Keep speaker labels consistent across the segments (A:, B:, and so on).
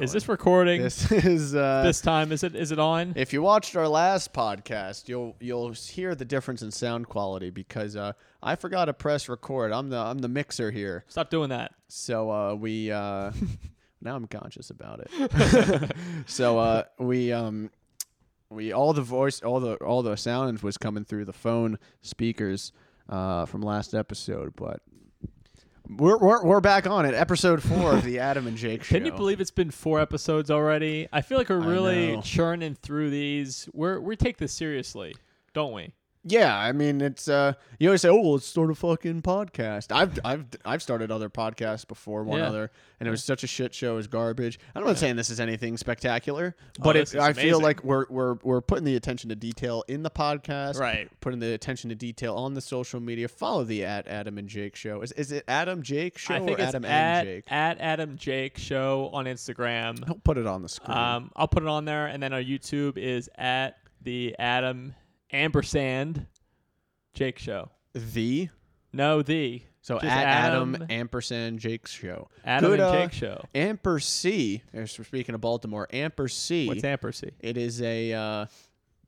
A: Is this recording this,
B: This is uh,
A: time? Is it is it on?
B: If you watched our last podcast, you'll you'll hear the difference in sound quality because uh, I forgot to press record. I'm the I'm the mixer here,
A: Stop doing that.
B: so uh, we uh, now I'm conscious about it. so uh, we um, we all the voice all the all the sound was coming through the phone speakers uh, from last episode, but. We're, we're, we're back on it. Episode four of the Adam and Jake show.
A: Can you believe it's been four episodes already? I feel like we're really
B: know.
A: churning through these. We're we take this seriously, don't we?
B: Yeah, I mean it's uh you always say, Oh well, let's start a fucking podcast. I've I've I've started other podcasts before, one
A: Yeah.
B: other, and it was such a shit show, it was garbage. I'm not saying this is anything spectacular, but
A: Oh, this
B: it,
A: is
B: I feel
A: amazing.
B: like we're we're we're putting the attention to detail in the podcast.
A: Right.
B: Putting the attention to detail on the social media. Follow the at Adam and Jake show. Is is it Adam Jake show
A: I think
B: or
A: it's
B: Adam
A: at,
B: and Jake?
A: at Adam Jake Show on Instagram.
B: Don't put it on the screen.
A: Um, I'll put it on there, and then our YouTube is at the Adam Ampersand Jake Show.
B: the
A: No, the
B: so at
A: Just
B: Adam, ampersand Jake's show.
A: Adam
B: Good,
A: and
B: uh,
A: Jake Show.
B: Amper C. We're speaking of Baltimore. Amper C.
A: What's Ampersand?
B: It is a uh,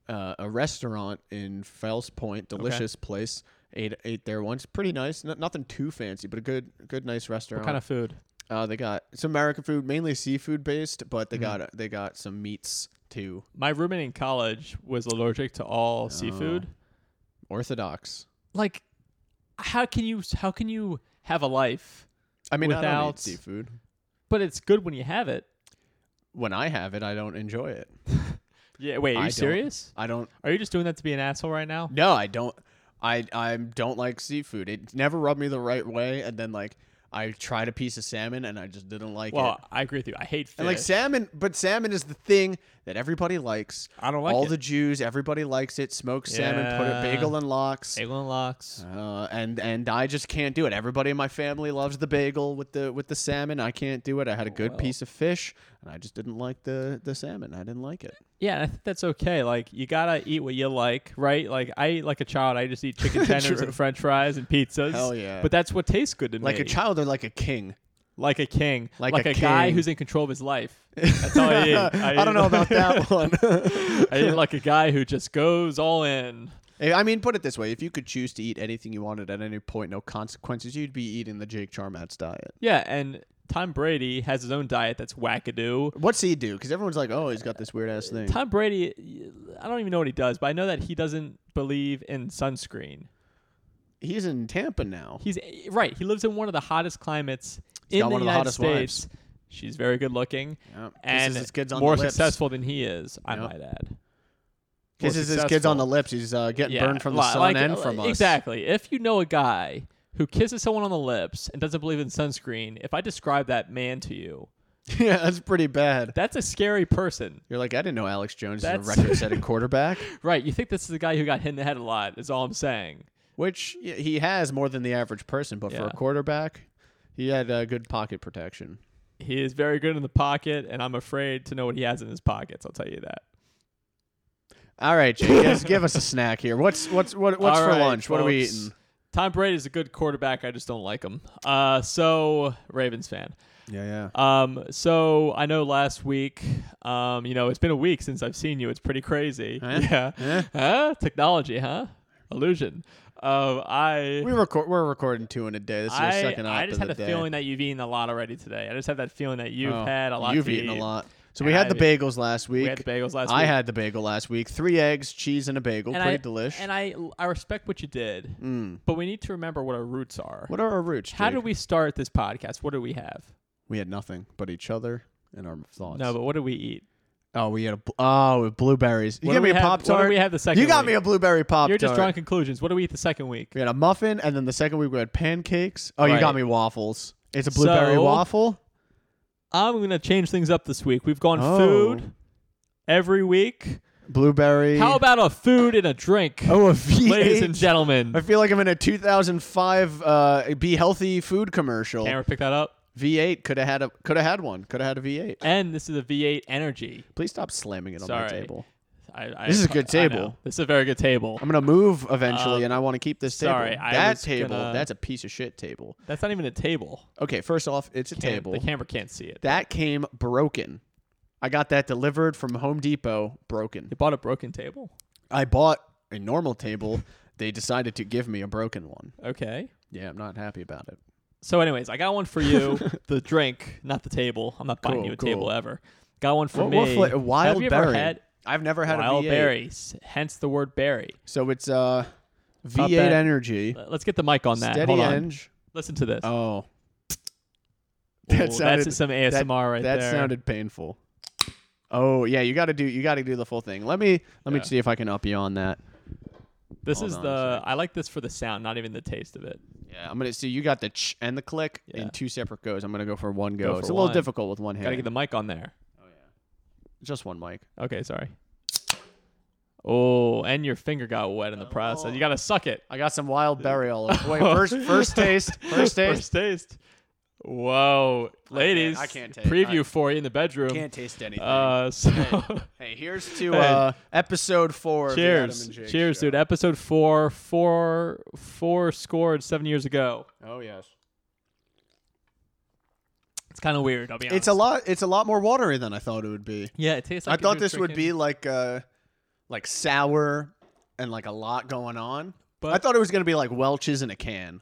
B: uh, a restaurant in Fells Point, delicious place. Ate ate there once, pretty nice. No, nothing too fancy, but a good good nice restaurant.
A: What kind of food?
B: uh, they got some American food, mainly seafood based, but they
A: Mm-hmm.
B: got they got some meats too.
A: My roommate in college was allergic to
B: Oh.
A: all seafood.
B: Orthodox.
A: Like, how can you how can you have a life?
B: I mean, I don't
A: Without-
B: eat seafood.
A: But it's good when you have it.
B: When I have it, I don't enjoy it.
A: Yeah. Wait, are
B: I
A: you
B: don't.
A: serious?
B: I don't.
A: Are you just doing that to be an asshole right now?
B: No, I don't. I I don't like seafood. It never rubbed me the right way, and then like I tried a piece of salmon and I just didn't like it.
A: Well, I agree with you. I hate fish.
B: And like salmon, but salmon is the thing that everybody likes.
A: I don't like
B: All
A: it.
B: the Jews, everybody likes it. Smoked salmon, put
A: Yeah.
B: it bagel and lox.
A: Bagel and lox.
B: Uh, and and I just can't do it. Everybody in my family loves the bagel with the with the salmon. I can't do it. I
A: Oh,
B: had a good piece of fish, and I just didn't like the the salmon. I didn't like it.
A: Yeah, and I think that's okay. Like you gotta eat what you like, right? Like I eat like a child. I just eat chicken tenders
B: True.
A: and French fries and pizzas.
B: Hell yeah.
A: But that's what tastes good to
B: Like
A: me.
B: a child or like a king.
A: like a king,
B: Like
A: like
B: a
A: a, guy
B: king.
A: who's in control of his life. That's all I eat.
B: I, don't
A: eat-
B: know about that one.
A: I eat like a guy who just goes all in.
B: Eh, I mean, put it this way: if you could choose to eat anything you wanted at any point, no consequences, you'd be eating the Jake Charmat's diet.
A: Yeah, and Tom Brady has his own diet that's wackadoo.
B: What's he do? Because everyone's like, oh, he's got this weird ass thing.
A: Tom Brady, I don't even know what he does, but I know that he doesn't believe in sunscreen.
B: He's in Tampa now.
A: He's right. He lives in one of the hottest climates in
B: got
A: the
B: one of the
A: United
B: hottest wives.
A: States. She's very good looking
B: Yeah.
A: and
B: Kisses his kids on
A: more
B: the lips.
A: successful than he is. I
B: Yeah.
A: might add. More
B: Kisses his kids on the
A: successful.
B: lips. He's uh, getting
A: Yeah,
B: burned from the
A: li-
B: sun
A: like- uh,
B: and from us.
A: Exactly. If you know a guy who kisses someone on the lips and doesn't believe in sunscreen, if I describe that man to you,
B: yeah, that's pretty bad.
A: that's a scary person.
B: You're like, I didn't know Alex Jones is a
A: That's-
B: record-setting quarterback,
A: Right. You think this is the guy who got hit in the head a lot, is all I'm saying.
B: which y- he has more than the average person. But for
A: Yeah.
B: a quarterback, he had uh, good pocket protection.
A: He is very good in the pocket, and I'm afraid to know what he has in his pockets. I'll tell you that.
B: All right, Jake, guys, give us a snack here. What's what's what, what's
A: All
B: for
A: right,
B: lunch? What are we
A: folks.
B: eating?
A: Tom Brady is a good quarterback. I just don't like him. Uh, so Ravens fan.
B: Yeah, yeah.
A: Um, so I know last week, um, you know, it's been a week since I've seen you. It's pretty crazy.
B: Huh? Huh?
A: Yeah. Huh? Technology, huh? Illusion. Um, I.
B: We record. We're recording two in a day. This is our
A: I,
B: second op
A: I just
B: of
A: had
B: the
A: a
B: day.
A: feeling that you've eaten a lot already today. I just have that feeling that you've
B: Oh,
A: had a lot.
B: You've
A: to
B: eaten a
A: eat.
B: lot. So we
A: And
B: had the
A: I've-
B: bagels last week.
A: We had the bagels last
B: I
A: week.
B: had the bagel last week. Three eggs, cheese, and a bagel.
A: and
B: Pretty
A: I,
B: delish.
A: And I, I respect what you did,
B: Mm.
A: but we need to remember what our roots are.
B: What are our roots?
A: How
B: Jake?
A: did we start this podcast? What do we have?
B: We had nothing but each other and our thoughts.
A: No, but what do we eat?
B: oh, we had a bl- oh with blueberries. You
A: What
B: gave
A: do
B: me
A: we
B: a
A: have-
B: pop tart.
A: What do we have the second?
B: You got me
A: week?
B: a blueberry pop tart.
A: You're just drawing conclusions. What do we eat the second week?
B: We had a muffin, and then the second week we had pancakes. Oh, you
A: Right.
B: got me waffles. It's a blueberry
A: So-
B: waffle.
A: I'm gonna change things up this week. We've gone
B: Oh.
A: food every week.
B: Blueberry.
A: How about a food and a drink,
B: oh a V8?
A: ladies and
B: I
A: gentlemen?
B: feel like I'm in a 2005 uh, Be Healthy food commercial.
A: Camera, pick that up.
B: V8 could have had a could have had one. Could have had a V8.
A: And this is a V8 Energy.
B: Please stop slamming it on
A: Sorry.
B: the table.
A: I, I
B: This is a
A: apo-
B: good
A: I know.
B: table.
A: This is a very good table.
B: I'm gonna move eventually,
A: Um,
B: and I want to keep this
A: sorry,
B: table.
A: I
B: that
A: was
B: table,
A: gonna-
B: that's a piece of shit table.
A: That's not even a table.
B: Okay, first off, it's a
A: Can't-
B: table
A: The camera can't see it.
B: that came broken. I got that delivered from Home Depot broken.
A: You bought a broken table.
B: I bought a normal table. They decided to give me a broken one.
A: Okay.
B: Yeah, I'm not happy about it.
A: So, anyways, I got one for you. the drink, not the table. I'm not buying
B: Cool,
A: you a
B: cool.
A: table ever. Got one for
B: What-
A: me.
B: what fla-
A: Have
B: wild
A: you ever
B: berry.
A: had
B: I've never had
A: wild
B: a V8.
A: berries? Hence the word berry.
B: So it's uh,
A: Pop
B: V8
A: that
B: energy,
A: Let's get the mic on that.
B: steady
A: Hold on.
B: eng.
A: Listen to this.
B: Oh,
A: Ooh,
B: that sounded
A: that's some ASMR right
B: that
A: there.
B: sounded painful. Oh yeah, you got to do you got to do the full thing. Let me let
A: Yeah.
B: me see if I can up you on that.
A: this
B: Hold
A: is
B: on a
A: the. I like this for the sound, not even the taste of it.
B: Yeah, I'm gonna see. You got the ch and the click
A: Yeah.
B: in two separate goes. I'm gonna go for one go.
A: for
B: it's a little
A: one.
B: difficult with one hand.
A: Gotta get the mic on there.
B: Just one mic.
A: Okay, sorry. Oh, and your finger got wet in the process. You gotta suck it.
B: I got some wild berry all over. Wait, first first taste. First taste.
A: First taste. Whoa, ladies!
B: I can't take-
A: preview
B: I-
A: for you in the bedroom.
B: Can't taste anything.
A: uh, so
B: hey, here's to
A: hey.
B: uh, episode four. of the Adam
A: cheers,
B: and Jake
A: cheers,
B: Show.
A: dude. Episode four, four, four scored seven years ago.
B: Oh yes.
A: It's kind of weird. I'll be honest.
B: It's a lot. It's a lot more watery than I thought it would be.
A: Yeah, it tastes.
B: I
A: like
B: thought this would be like uh, like sour and like a lot going on.
A: But-
B: I thought it was gonna be like Welch's in a can.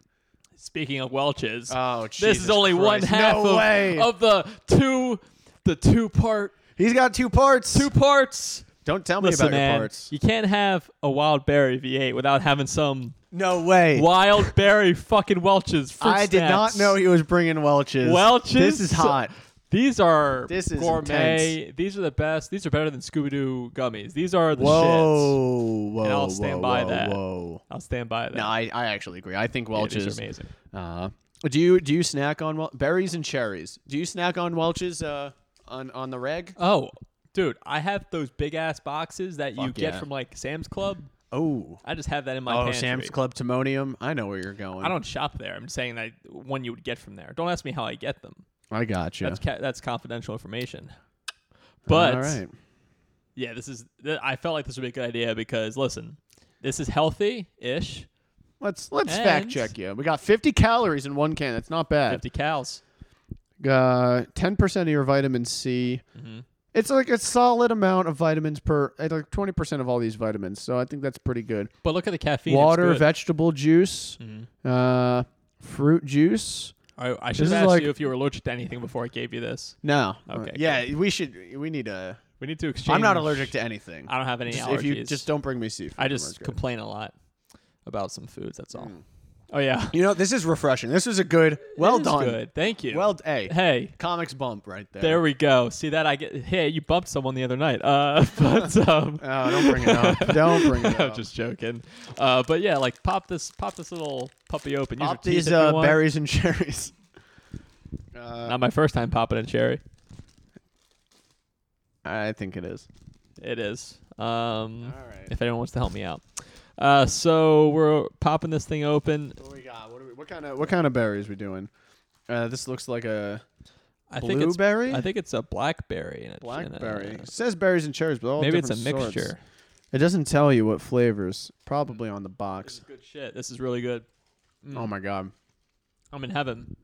A: Speaking of Welch's,
B: Oh,
A: this is only one half
B: No
A: of,
B: way.
A: of the two, the two part,
B: He's got two parts.
A: two parts.
B: Don't tell me
A: Listen,
B: about your
A: man,
B: parts.
A: you can't have a wild berry V8 without having some
B: No way.
A: wild berry fucking Welch's. Fruit
B: I did not
A: snaps.
B: know he was bringing Welch's.
A: Welch's?
B: This is hot.
A: These are
B: This is
A: gourmet. These are the best. These are better than Scooby Doo gummies. These are the shits.
B: Whoa, whoa,
A: And I'll stand
B: whoa,
A: by
B: whoa,
A: that.
B: Whoa.
A: I'll stand by that.
B: No, I, I actually agree. I think
A: Yeah, these
B: Welch's.
A: are amazing.
B: uh, do you do you snack on Wel- berries and cherries? Do you snack on Welch's uh, on on the reg?
A: Oh, dude, I have those big ass boxes that you
B: Fuck
A: get
B: yeah.
A: from like Sam's Club.
B: Oh,
A: I just have that in my
B: oh,
A: pantry.
B: Sam's Club Timonium. I know where you're going.
A: I don't shop there. I'm saying that one you would get from there. Don't ask me how I get them.
B: I got you.
A: That's ca- that's confidential information. But
B: all right.
A: yeah, this is. Th- I felt like this would be a good idea because listen, this is healthy ish.
B: Let's let's fact
A: And-
B: check you. We got 50 calories in one can. That's not bad.
A: Fifty cals.
B: uh, 10% of your vitamin C.
A: Mm-hmm.
B: It's like a solid amount of vitamins per, uh, like 20% of all these vitamins. So I think that's pretty good.
A: But look at the caffeine. it's
B: Water,
A: good. Mm-hmm.
B: vegetable juice, uh, fruit juice.
A: I, I should
B: This
A: have
B: is
A: asked
B: like-
A: you if you were allergic to anything before I gave you this.
B: No. Uh,
A: Okay,
B: yeah, we should, we need a.
A: We need to exchange.
B: I'm not allergic to anything.
A: I don't have any
B: Just-
A: allergies.
B: if you just don't bring me seafood.
A: I
B: we're
A: just
B: good.
A: complain a lot about some foods. That's all. Oh yeah.
B: You know, this is refreshing. This was a good, well
A: It is
B: done.
A: Good. Thank you.
B: Well, hey,
A: Hey,
B: comics bump right there.
A: there we go. See that I get. Hey, you bumped someone the other night. Uh, but um,
B: Oh, don't bring it up. don't bring it
A: I'm
B: up.
A: just joking. Uh, but yeah, like pop this, pop this little puppy open. Use
B: Pop
A: your teeth
B: these
A: if you
B: uh,
A: want.
B: berries and cherries. Uh,
A: Not my first time popping a cherry.
B: I think it is.
A: It is. Um,
B: All right.
A: if anyone wants to help me out. Uh, so we're popping this thing open.
B: What we got? What, are we, what kind of what kind of berries we doing? Uh, this looks like a
A: I think it's
B: blueberry.
A: I think it's a blackberry. And a- and a-
B: blackberry. It says berries and cherries, but all
A: Maybe it's a
B: different sorts.
A: mixture.
B: It doesn't tell you what flavors. Probably on the
A: This
B: box.
A: is good shit. This is really good. Mm.
B: Oh my god.
A: I'm in heaven.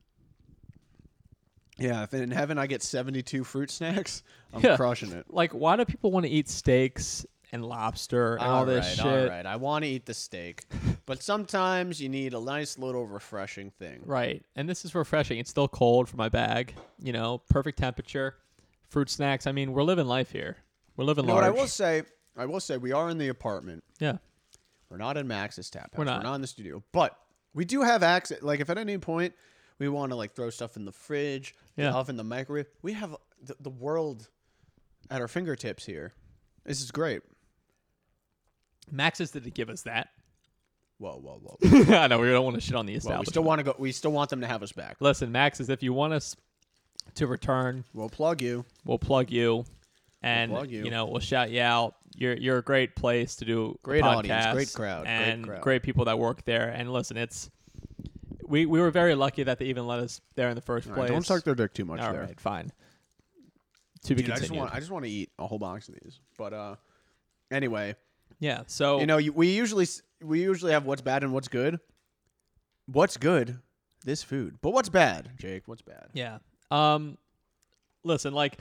B: Yeah. If in heaven I get seventy-two fruit snacks, I'm
A: Yeah.
B: crushing it.
A: Like, why do people want to eat steaks and lobster and all, this shit?
B: all right. I want to eat the steak, but sometimes you need a nice little refreshing thing.
A: Right. And this is refreshing. It's still cold for my bag. You know, perfect temperature. Fruit snacks. I mean, we're living life here. We're living
B: You know
A: large.
B: what I will say, I will say, we are in the apartment.
A: yeah.
B: We're not in Max's tap house.
A: We're
B: We're
A: not.
B: not, in the studio, but we do have access. Like if at any point we want to like throw stuff in the fridge,
A: Yeah.
B: yeah. off in the microwave, we have the, the world at our fingertips here. This is great.
A: Max's didn't give us that.
B: Whoa, whoa, whoa!
A: I know we don't want to shit on the
B: Well, we
A: establishment.
B: still want to go. We still want them to have us back.
A: Listen, Max's, if you want us to return,
B: We'll plug you.
A: we'll plug you, and
B: plug
A: you.
B: you.
A: know we'll shout you out. You're you're a great place to do a
B: Great audience,
A: podcast
B: great crowd, great
A: and
B: crowd.
A: people that work there. And listen, it's we we were very lucky that they even let us there in the first
B: All right,
A: place.
B: don't suck their dick too much
A: All
B: there.
A: right, fine. To be
B: Dude, I just
A: continued.
B: want. I just want to eat a whole box of these. But uh, Anyway,
A: Yeah. So
B: you know, you, we usually s- we usually have what's bad and what's good. What's good? This food. But what's bad, Jake? What's bad?
A: Yeah. Um listen, like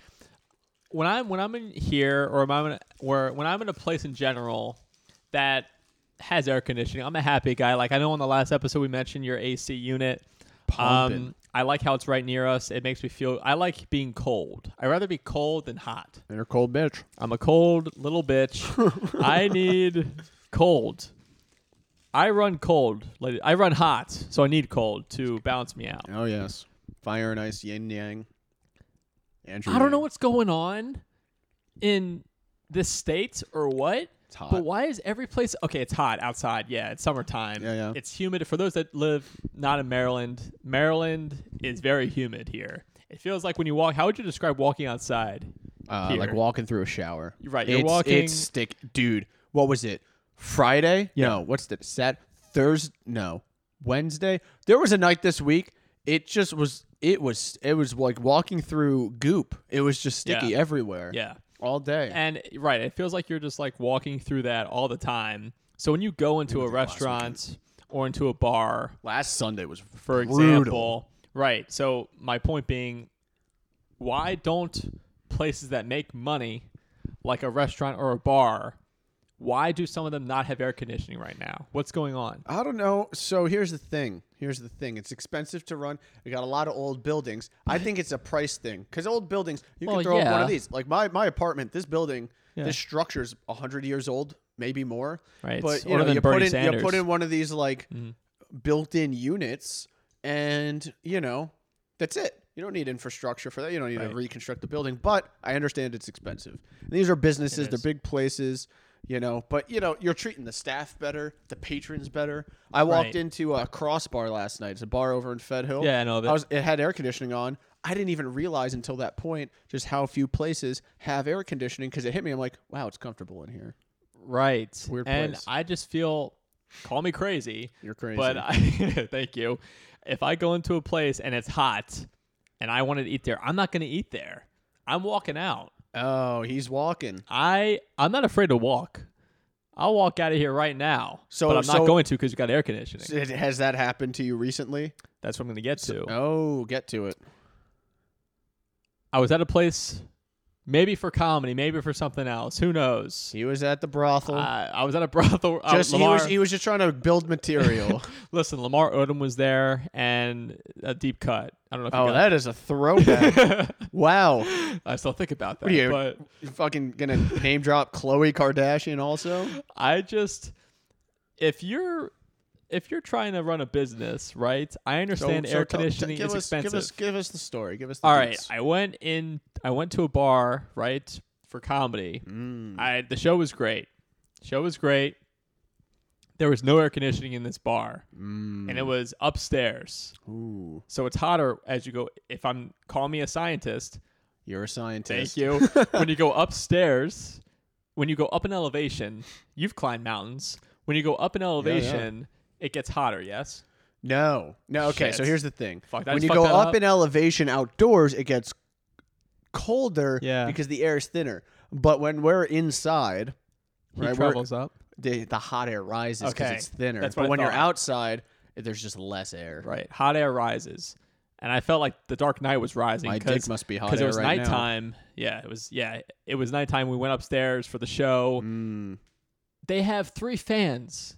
A: when I'm when I'm in here or when I'm in, or when I'm in a place in general that has air conditioning, I'm a happy guy. Like I know on the last episode we mentioned your AC unit.
B: Pumping.
A: Um I like how it's right near us. It makes me feel I like being cold. I'd rather be cold than hot.
B: They're a cold bitch.
A: I'm a cold little bitch. I need cold. I run cold. lady- I run hot, so I need cold to balance me out.
B: Oh yes, fire and ice, yin yang. Andrew,
A: I don't know
B: Yang.
A: what's going on in the states or what.
B: It's hot.
A: But why is every place okay? It's hot outside. Yeah, it's summertime.
B: Yeah, yeah.
A: It's humid. For those that live not in Maryland, Maryland is very humid here. It feels like when you walk. How would you describe walking outside?
B: uh, like
A: Here.
B: walking through a shower.
A: You're right, you're
B: It's-
A: walking-
B: It's stick, dude. What was it? Friday? No. What's the Sat? Thursday? No. Wednesday? There was a night this week. It just was. It was. It was like walking through goop. It was just sticky
A: Yeah.
B: everywhere.
A: Yeah,
B: All day.
A: and right, it feels like you're just like walking through that all the time. So when you go into a restaurant or into a bar,
B: Last Sunday was
A: for
B: brutal.
A: example. Right. So my point being, why don't places that make money, like a restaurant or a bar, why do some of them not have air conditioning right now? What's going on?
B: I don't know. So here's the thing. Here's the thing. It's expensive to run. We got a lot of old buildings. I think it's a price thing because old buildings you
A: Well,
B: can throw up one
A: yeah.
B: of these. Like my my apartment, this building,
A: Yeah.
B: this structure's hundred years old, maybe more.
A: Right,
B: But
A: it's
B: you
A: older
B: know,
A: than
B: you
A: Bernie
B: put in you
A: Sanders. Mm-hmm.
B: put in one of these like built-in units, and you know that's it. You don't need infrastructure for that. You don't need
A: Right.
B: to reconstruct the building. But I understand it's expensive. And these are businesses.
A: It
B: They're
A: is.
B: big places. You know, but you know, you're treating the staff better, the patrons better. I walked
A: Right.
B: into a crossbar last night. It's a bar over in Fed Hill.
A: Yeah, I know of it.
B: I was, it had air conditioning on. I didn't even realize until that point just how few places have air conditioning because it hit me. I'm like, wow, it's comfortable in here.
A: Right.
B: Weird
A: and
B: place.
A: I just feel call me crazy.
B: You're crazy.
A: But I thank you. If I go into a place and it's hot and I wanted to eat there, I'm not gonna eat there. I'm walking out.
B: oh, he's walking.
A: I I'm not afraid to walk. I'll walk out of here right now.
B: So-
A: but I'm
B: so-
A: not going to because you got air conditioning.
B: It- Has that happened to you recently?
A: That's what I'm going to get to.
B: Oh, get to it.
A: I was at a place, maybe for comedy, maybe for something else. Who knows?
B: He was at the brothel.
A: I, I was at a brothel. uh,
B: just
A: Lamar,
B: he was he was just trying to build material.
A: listen, Lamar Odom was there, and a deep cut. I don't know if
B: oh,
A: you got
B: that is a throwback. wow.
A: I still think about that.
B: What are you-
A: But
B: You're fucking gonna name drop Chloe Kardashian also?
A: I just, if you're if you're trying to run a business, right? I understand air
B: tell-
A: conditioning
B: give
A: is
B: us,
A: expensive.
B: Give us, give us the story. Give us the
A: All right,
B: deets.
A: I went in. I went to a bar, right, for comedy.
B: Mm.
A: I the show was great. Show was great. There was no air conditioning in this bar, and it was upstairs,
B: Mm, Ooh,
A: so it's hotter as you go. If I'm call me a scientist,
B: you're a
A: thank
B: scientist.
A: you. when you go upstairs, when you go up in elevation, you've climbed mountains. When you go up in elevation, it gets hotter. Yes,
B: No, no. Okay, so
A: Shit.
B: here's the thing.
A: Fuck, I
B: when
A: just
B: you
A: fucked
B: go
A: that
B: up,
A: up.
B: in elevation outdoors, it gets colder
A: Yeah.
B: because the air is thinner. But when we're inside,
A: he
B: right, we're,
A: travels up.
B: the the hot air rises because
A: Okay,
B: it's thinner.
A: that's
B: but
A: what I
B: when you're
A: thought.
B: outside, there's just less air.
A: Right. Hot air rises. And I felt like the Dark Knight was rising.
B: My dick
A: 'cause-
B: must be hot
A: 'cause
B: air
A: it was
B: right now.
A: nighttime. Yeah, it was. Yeah, it was nighttime. We went upstairs for the show.
B: Mm.
A: They have three fans.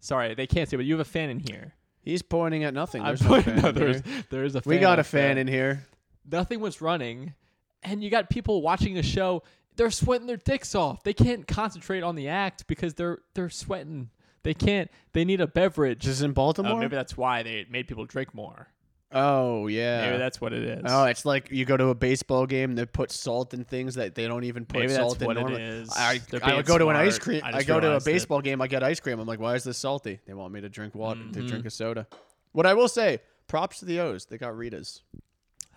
A: Sorry, they can't see, but you have a fan in here.
B: He's pointing at nothing.
A: I'm
B: There's no
A: pointing-
B: fan
A: no,
B: in
A: there's,
B: here.
A: there is a. Fan
B: We got a
A: up
B: fan
A: there.
B: in here.
A: Nothing was running, and you got people watching the show. They're sweating their dicks off. They can't concentrate on the act because they're they're sweating. They can't. They need a beverage.
B: Just in
A: Uh,
B: Baltimore.
A: maybe that's why they made people drink more.
B: oh yeah.
A: Maybe that's what it is.
B: Oh, it's like you go to a baseball game. They put salt in things that they don't even put
A: Maybe that's
B: salt in.
A: what it
B: normal-
A: is.
B: I,
A: They're
B: I
A: being
B: go to an ice
A: smart.
B: cream.
A: I
B: I,
A: just
B: go to a
A: realized it.
B: baseball game. I get ice cream. I'm like, why is this salty? They want me to drink water.
A: Mm-hmm.
B: To drink a soda. What I will say, props to the O's. They got Ritas.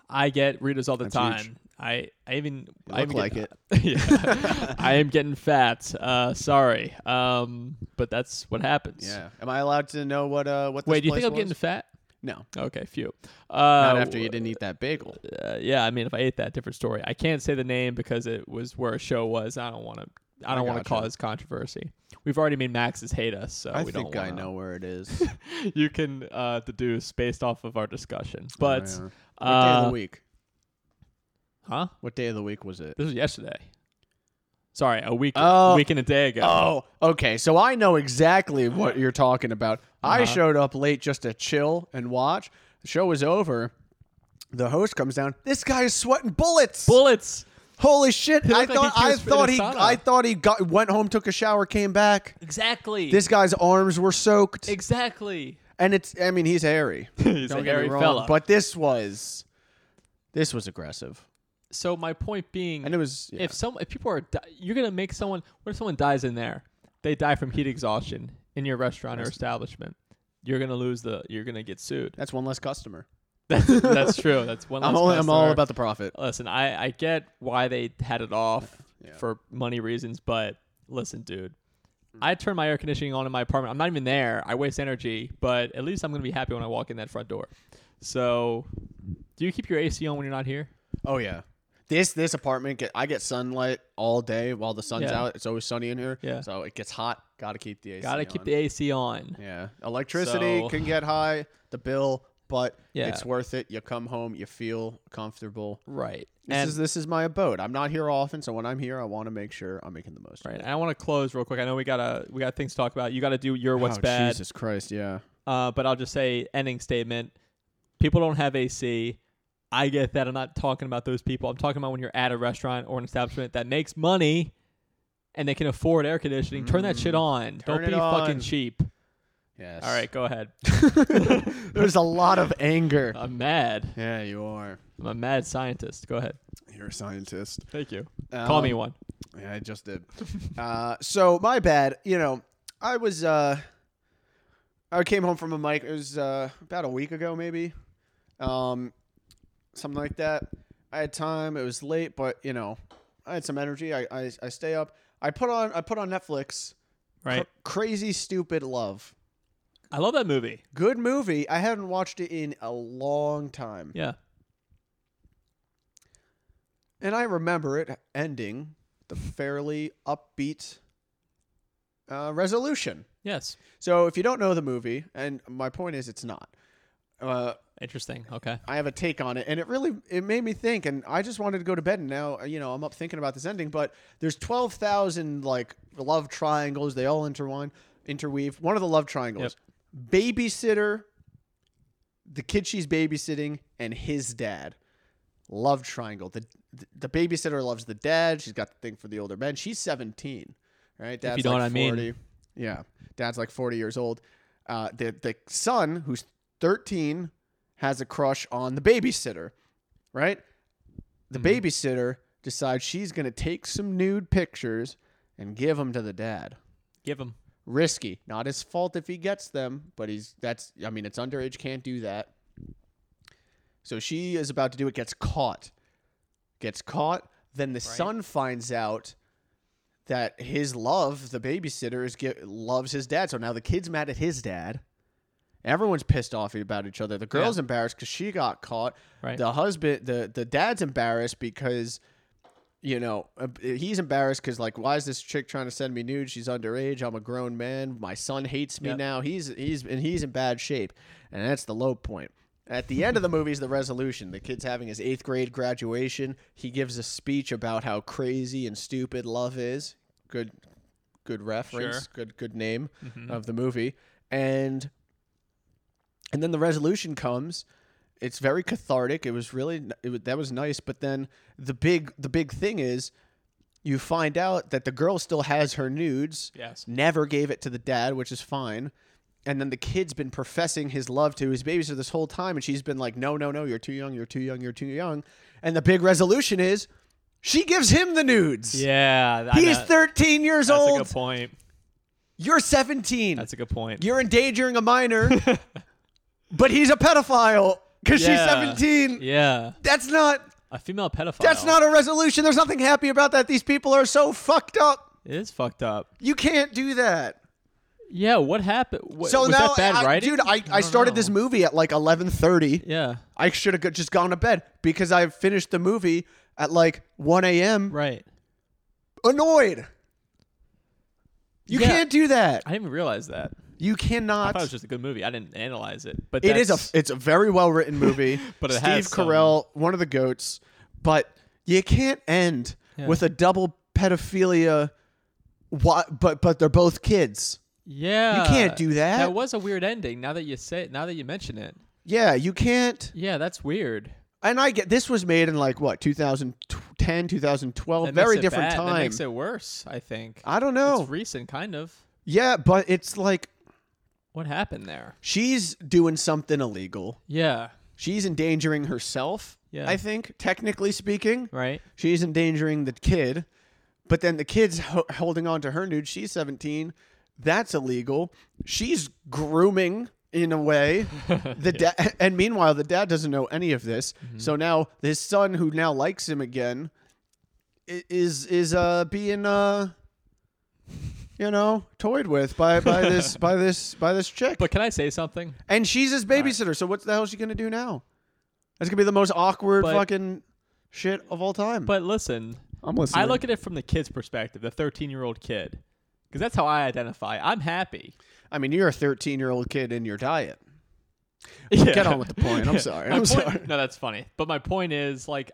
A: I get Ritas all the time.
B: That's huge.
A: I I even
B: You
A: I
B: look
A: even
B: like
A: get,
B: it.
A: yeah, I am getting fat. Uh, sorry, um, but that's what happens.
B: Yeah. Am I allowed to know what uh what? This
A: Wait, do you think
B: place
A: I'm getting
B: was?
A: fat?
B: No.
A: Okay, phew. Uh,
B: Not after you didn't eat that bagel.
A: uh, yeah, I mean, if I ate that, different story. I can't say the name because it was where a show was. I don't want to I don't want to
B: gotcha.
A: cause controversy. We've already made Max's hate us, so
B: I
A: we
B: think
A: don't
B: I
A: wanna-
B: know where it is.
A: You can uh, deduce based off of our discussion, but
B: Oh, yeah. what day of
A: uh,
B: the week?
A: huh?
B: What day of the week was it?
A: This was yesterday. Sorry, a week,
B: Oh.
A: week and a day ago.
B: Oh, okay. So I know exactly what you're talking about.
A: Uh-huh.
B: I showed up late just to chill and watch. The show was over. The host comes down. This guy is sweating bullets.
A: Bullets.
B: Holy shit! I
A: looked like
B: thought
A: he
B: I
A: just
B: thought
A: fit
B: he
A: a sauna.
B: I thought he got went home, took a shower, came back.
A: Exactly.
B: This guy's arms were soaked,
A: exactly.
B: and it's I mean he's hairy.
A: He's
B: Don't get
A: a
B: me
A: hairy
B: wrong,
A: fella.
B: But this was this was aggressive,
A: so my point being,
B: and it was yeah.
A: if some if people are di- you're gonna make someone what if someone dies in there they die from heat exhaustion in your restaurant or establishment you're gonna lose the you're gonna get sued
B: that's one less customer.
A: that's, that's true that's one
B: I'm
A: less
B: only, I'm all
A: customer.
B: about the profit.
A: listen i i get why they had it off
B: Yeah.
A: for money reasons but listen dude
B: Mm.
A: I turn my air conditioning on in my apartment. I'm not even there. I waste energy, but at least I'm gonna be happy when I walk in that front door. So, do you keep your AC on when you're not here?
B: Oh yeah. This this apartment get I get sunlight all day while the sun's
A: Yeah.
B: out. It's always sunny in here.
A: Yeah.
B: So it gets hot. Gotta keep the AC.
A: Gotta keep
B: on.
A: the AC on.
B: Yeah. Electricity
A: So-
B: can get high, the bill, but
A: Yeah.
B: it's worth it. You come home, you feel comfortable.
A: Right.
B: This
A: and
B: is this is my abode. I'm not here often, so when I'm here I want to make sure I'm making the most
A: Right.
B: of it.
A: And I want to close real quick. I know we gotta we got things to talk about. You gotta do your what's
B: Oh,
A: bad.
B: Jesus Christ, yeah.
A: Uh, but I'll just say ending statement. People don't have AC. I get that. I'm not talking about those people. I'm talking about when you're at a restaurant or an establishment that makes money and they can afford air conditioning. Mm. Turn that shit on.
B: Turn
A: don't
B: it
A: be
B: on.
A: fucking cheap.
B: Yes.
A: All right, go ahead.
B: There's a lot of anger.
A: I'm mad.
B: Yeah, you are.
A: I'm a mad scientist. Go ahead.
B: You're a scientist.
A: Thank you. Call me
B: Um,
A: one.
B: Yeah, I just did. uh, so my bad. You know, I was uh, I came home from a mic. It was uh, about a week ago, maybe, um, something like that. I had time. It was late, but you know, I had some energy. I I, I stay up. I put on I put on Netflix.
A: Right.
B: Cr- Crazy Stupid Love.
A: I love that movie.
B: Good movie. I haven't watched it in a long time,
A: Yeah.
B: and I remember it ending the fairly upbeat uh, resolution.
A: Yes.
B: So if you don't know the movie, and my point is it's not. Uh,
A: Interesting. Okay.
B: I have a take on it, and it really it made me think, and I just wanted to go to bed, and now you know I'm up thinking about this ending. But there's twelve thousand like love triangles; they all intertwine, interweave. One of the love triangles, babysitter, the kid she's babysitting, and his dad. Love triangle. The the babysitter loves the dad. She's got the thing for the older man. She's seventeen, right? Dad's
A: you know
B: like
A: what I mean.
B: forty. Yeah, dad's like forty years old. Uh, the the son who's thirteen has a crush on the babysitter, right? The
A: Mm-hmm.
B: babysitter decides she's going to take some nude pictures and give them to the dad.
A: Give him.
B: Risky. Not his fault if he gets them, but he's that's I mean it's underage can't do that. So she is about to do it gets caught. Gets caught, then the son finds out that his love, the babysitter is get, loves his dad. So now the kid's mad at his dad. Everyone's pissed off about each other. The girl's embarrassed cuz she got caught.
A: Right.
B: The husband the the dad's embarrassed because you know, uh, he's embarrassed because like, why is this chick trying to send me nude? She's underage. I'm a grown man. My son hates me
A: Yep.
B: now. He's he's and he's in bad shape, and that's the low point. At the end of the movie is the resolution. The kid's having his eighth grade graduation. He gives a speech about how crazy and stupid love is. Good, good reference.
A: Sure.
B: Good, good name of the movie. And and then the resolution comes it's very cathartic it was really it was, that was nice but then the big the big thing is you find out that the girl still has her nudes
A: Yes.
B: never gave it to the dad which is fine and then the kid's been professing his love to his babysitter this whole time and she's been like no no no you're too young you're too young you're too young and the big resolution is she gives him the nudes
A: Yeah. I
B: he's
A: know.
B: 13 years
A: That's a
B: old
A: good point.
B: you're 17
A: That's a good point.
B: you're endangering a minor, but he's a pedophile because
A: Yeah.
B: she's 17.
A: Yeah,
B: That's not
A: a female pedophile.
B: that's not a resolution. There's nothing happy about that. These people are so fucked up.
A: It is fucked up.
B: You can't do that.
A: Yeah, what happened? What,
B: So
A: was
B: now,
A: that bad
B: I,
A: writing,
B: dude, I, I
A: don't
B: started
A: know.
B: this movie at like 11:30.
A: Yeah,
B: I should have just gone to bed because I finished the movie at like 1 a.m.
A: right.
B: Annoyed. You
A: Yeah.
B: can't do that.
A: I didn't even realize that.
B: You
A: I
B: cannot.
A: thought it was just a good movie. I didn't analyze it, but
B: It is
A: that's-
B: a it's a very well written movie.
A: But it
B: Steve
A: has some-
B: Carell, one of the goats, but you can't end
A: Yeah.
B: with a double pedophilia. What? But but they're both kids.
A: yeah.
B: can't do that.
A: That was a weird ending. Now that you say it, now that you mention it,
B: Yeah, you can't.
A: yeah, that's weird.
B: And I get this was made in like what 2010, 2012,
A: That
B: very
A: makes it
B: different
A: bad. That
B: time.
A: makes it worse. I think.
B: I don't know.
A: It's recent, kind of.
B: yeah, but it's like
A: What happened there?
B: she's doing something illegal.
A: Yeah.
B: She's endangering herself.
A: Yeah.
B: I think technically speaking.
A: Right.
B: She's endangering the kid, but then the kid's ho- holding on to her nude. She's 17. That's illegal. She's grooming in a way. The da- and meanwhile, the dad doesn't know any of this.
A: Mm-hmm.
B: So now his son, who now likes him again, i- is is uh being uh you know toyed with by by this by this by this chick.
A: But can I say something?
B: and she's his babysitter. So what the hell is she gonna do now? That's gonna be the most awkward
A: But-
B: fucking shit of all time.
A: But listen,
B: I'm listening.
A: I look at it from the kid's perspective, the 13 year old kid, because that's how I identify. I'm happy.
B: I mean, you're a 13 year old kid in your diet. Get on with the point. I'm sorry.
A: My
B: I'm
A: point-
B: sorry.
A: No, that's funny. But my point is, like,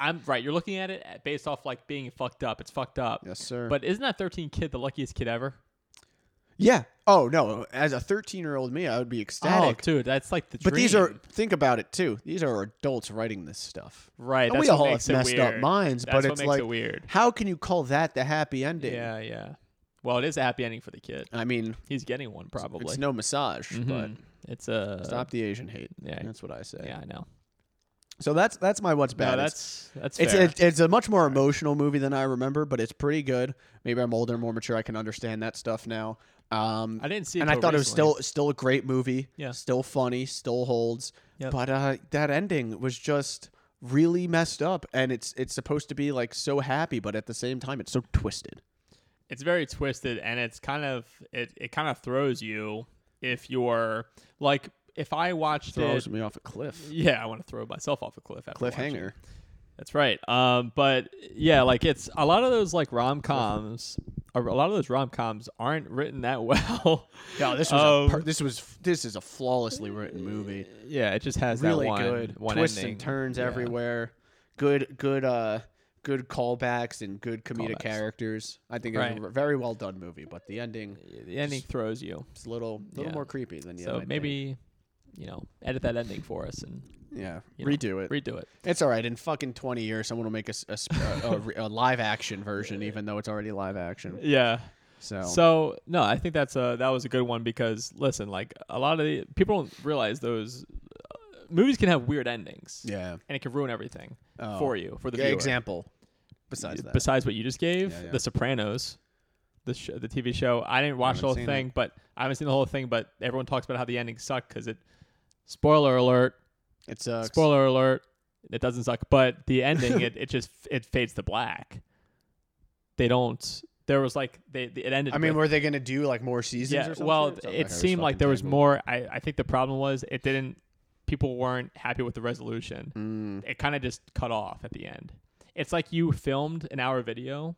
A: I'm right. You're looking at it at- based off like being fucked up. It's fucked up.
B: Yes, sir.
A: But isn't that 13 kid the luckiest kid ever?
B: yeah. Oh no. As a 13 year old me, I would be ecstatic.
A: Oh, dude, that's like the.
B: but these are
A: dream.
B: think about it too. These are adults writing this stuff.
A: right.
B: And
A: That's
B: we
A: what
B: all
A: makes
B: have messed
A: it
B: up
A: weird.
B: minds,
A: That's
B: but
A: what
B: it's
A: makes
B: like,
A: it weird.
B: how can you call that the happy ending?
A: Yeah, yeah. Well, it is a happy ending for the kid.
B: I mean,
A: He's getting one probably.
B: it's no massage, but
A: Mhm. it's a
B: stop the Asian hate.
A: yeah.
B: that's what I say.
A: Yeah, I know.
B: So that's that's my what's bad.
A: No,
B: It's-
A: that's that's
B: It's
A: fair.
B: a, it's a much more emotional movie than I remember, but it's pretty good. Maybe I'm older, and more mature. I can understand that stuff now. Um,
A: I didn't see it
B: and I
A: till
B: thought it was
A: recently.
B: still still a great movie.
A: Yeah.
B: still funny, still holds.
A: Yep.
B: But uh, that ending was just really messed up, and it's it's supposed to be like so happy, but at the same time, it's so twisted.
A: it's very twisted and it's kind of it, it kind of throws you if you're like if I watched
B: Throws
A: it
B: me off a cliff.
A: yeah, I want to throw myself off a cliff after watching it.
B: Cliffhanger.
A: That's right. Um, but yeah, like it's a lot of those like rom coms. A lot of those rom coms aren't written that well.
B: No, this was a
A: Um,
B: per- this was this is a flawlessly written movie.
A: yeah, it just has
B: really
A: that one,
B: good
A: one
B: twists
A: ending.
B: and turns
A: Yeah.
B: everywhere. Good, good, uh, good callbacks and good comedic
A: Callbacks.
B: characters. I think it was
A: Right.
B: a very well done movie, but the ending
A: The ending throws you.
B: is a little, little
A: Yeah.
B: more creepy than you.
A: so
B: might
A: maybe, you know, edit that ending for us and
B: think. yeah,
A: you know,
B: redo it.
A: Redo it.
B: it's all right. In fucking twenty years, someone will make a, s- a sp- a- a re- a live action version, even though it's already live action.
A: Yeah.
B: So,
A: So no, I think that's a that was a good one because listen, like a lot of the people don't realize those uh, movies can have weird endings.
B: yeah,
A: And it can ruin everything
B: Oh.
A: for you for the
B: Yeah,
A: viewer.
B: example. Besides that,
A: Besides what you just gave,
B: Yeah, yeah.
A: The Sopranos, the sh- the TV show. I didn't watch the
B: haven't
A: whole
B: seen
A: thing, but I haven't seen the whole thing. But everyone talks about how the ending sucked because it. Spoiler alert!
B: it sucks.
A: Spoiler alert! It doesn't suck, but the ending it, it just it fades to black. They don't. There was like they it ended.
B: I mean,
A: with-
B: were they gonna do like more seasons?
A: yeah,
B: or something?
A: well,
B: Sounds I
A: it
B: was
A: seemed like
B: fucking
A: there was
B: tangled.
A: more. I, I think the problem was it didn't. People weren't happy with the resolution.
B: Mm.
A: It kind of just cut off at the end. It's like you filmed an hour video,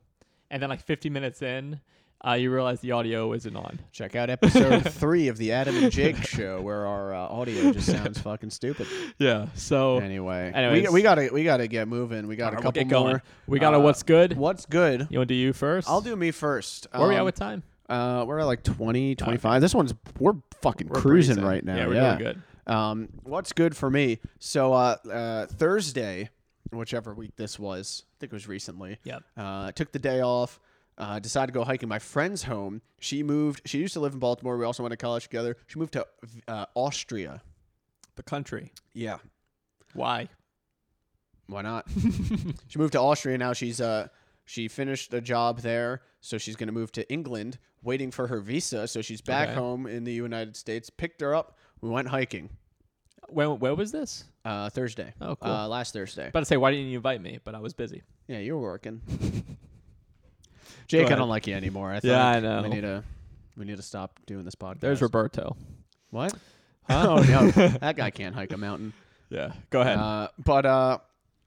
A: and then like 50 minutes in, uh, you realize the audio isn't on.
B: Check out episode three of the Adam and Jake show, where our uh, audio just sounds fucking stupid.
A: Yeah. So
B: Anyway, we,
A: Anyways.
B: we gotta we gotta get moving. We got a
A: Alright,
B: couple
A: we'll get
B: more.
A: going. We got a
B: Uh,
A: what's good.
B: What's good?
A: You want to do you first?
B: I'll do me first.
A: Where are we at
B: Um,
A: with time?
B: Uh, we're at like 20, 25. This one's we're fucking
A: We're
B: cruising
A: breezing.
B: right now.
A: Yeah, we're doing
B: good. Um, what's good for me? So uh, uh, Thursday, whichever week this was, I think it was recently.
A: Yep.
B: Uh, took the day off. Uh, decided to go hiking. My friend's home. She moved. She used to live in Baltimore. We also went to college together. She moved to uh, Austria.
A: The country.
B: Yeah.
A: Why?
B: Why not? she moved to Austria now. She's uh she finished a job there, so she's gonna move to England, waiting for her visa. So she's back
A: Okay.
B: home in the United States. Picked her up. We went hiking
A: Where, where was this?
B: uh, Thursday.
A: Oh, cool.
B: Uh, last Thursday.
A: about to say why didn't you invite me? But I was busy.
B: yeah, you're working. Jake, I
A: ahead.
B: don't like you anymore. I think
A: Yeah, I know.
B: We need to we need to stop doing this podcast.
A: There's Roberto.
B: what?
A: Huh?
B: Oh no, that guy can't hike a mountain.
A: Yeah. Go ahead.
B: Uh, but uh,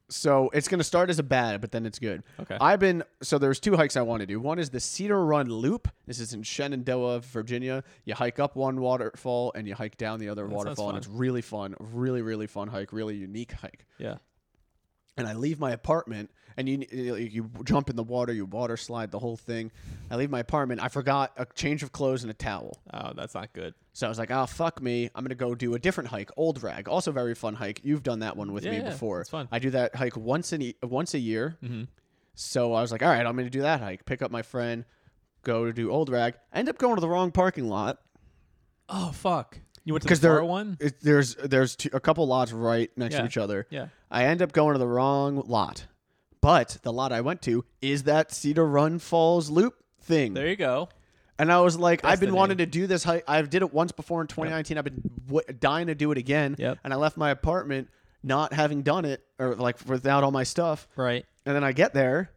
B: So it's gonna start as a bad, but then it's good.
A: Okay.
B: I've been so there's two hikes I want to do. One is the Cedar Run Loop. This is in Shenandoah, Virginia. You hike up one waterfall and you hike down the other
A: sounds
B: waterfall, and it's
A: fun.
B: really fun, really really fun hike, really unique hike.
A: Yeah.
B: and I leave my apartment, and you you you jump in the water, you water slide the whole thing. I leave my apartment. I forgot a change of clothes and a towel,
A: Oh, that's not good.
B: so I was like, "Ah, fuck me! I'm gonna go do a different hike, Old Rag, also very fun hike. You've done that one with me
A: Yeah, yeah,
B: before.
A: it's fun. Mm-hmm.
B: I do that hike once in e- once a year. So I was like, "All right, I'm gonna do that hike. Pick up my friend, go to do Old Rag. I end up going to the wrong parking lot
A: Oh fuck. You went to
B: because
A: the
B: there
A: far one.
B: it- there's there's two, a couple lots right next to
A: Yeah.
B: each other.
A: Yeah.
B: I end up going to the wrong lot. But the lot I went to is that Cedar Run Falls loop thing.
A: There you go.
B: and I was like, I've been
A: Destiny.
B: wanting to do this. hike. I did it once before in 2019. I've been w- dying to do it again.
A: Yep.
B: And I left my apartment not having done it or like without all my stuff.
A: Right.
B: And then I get there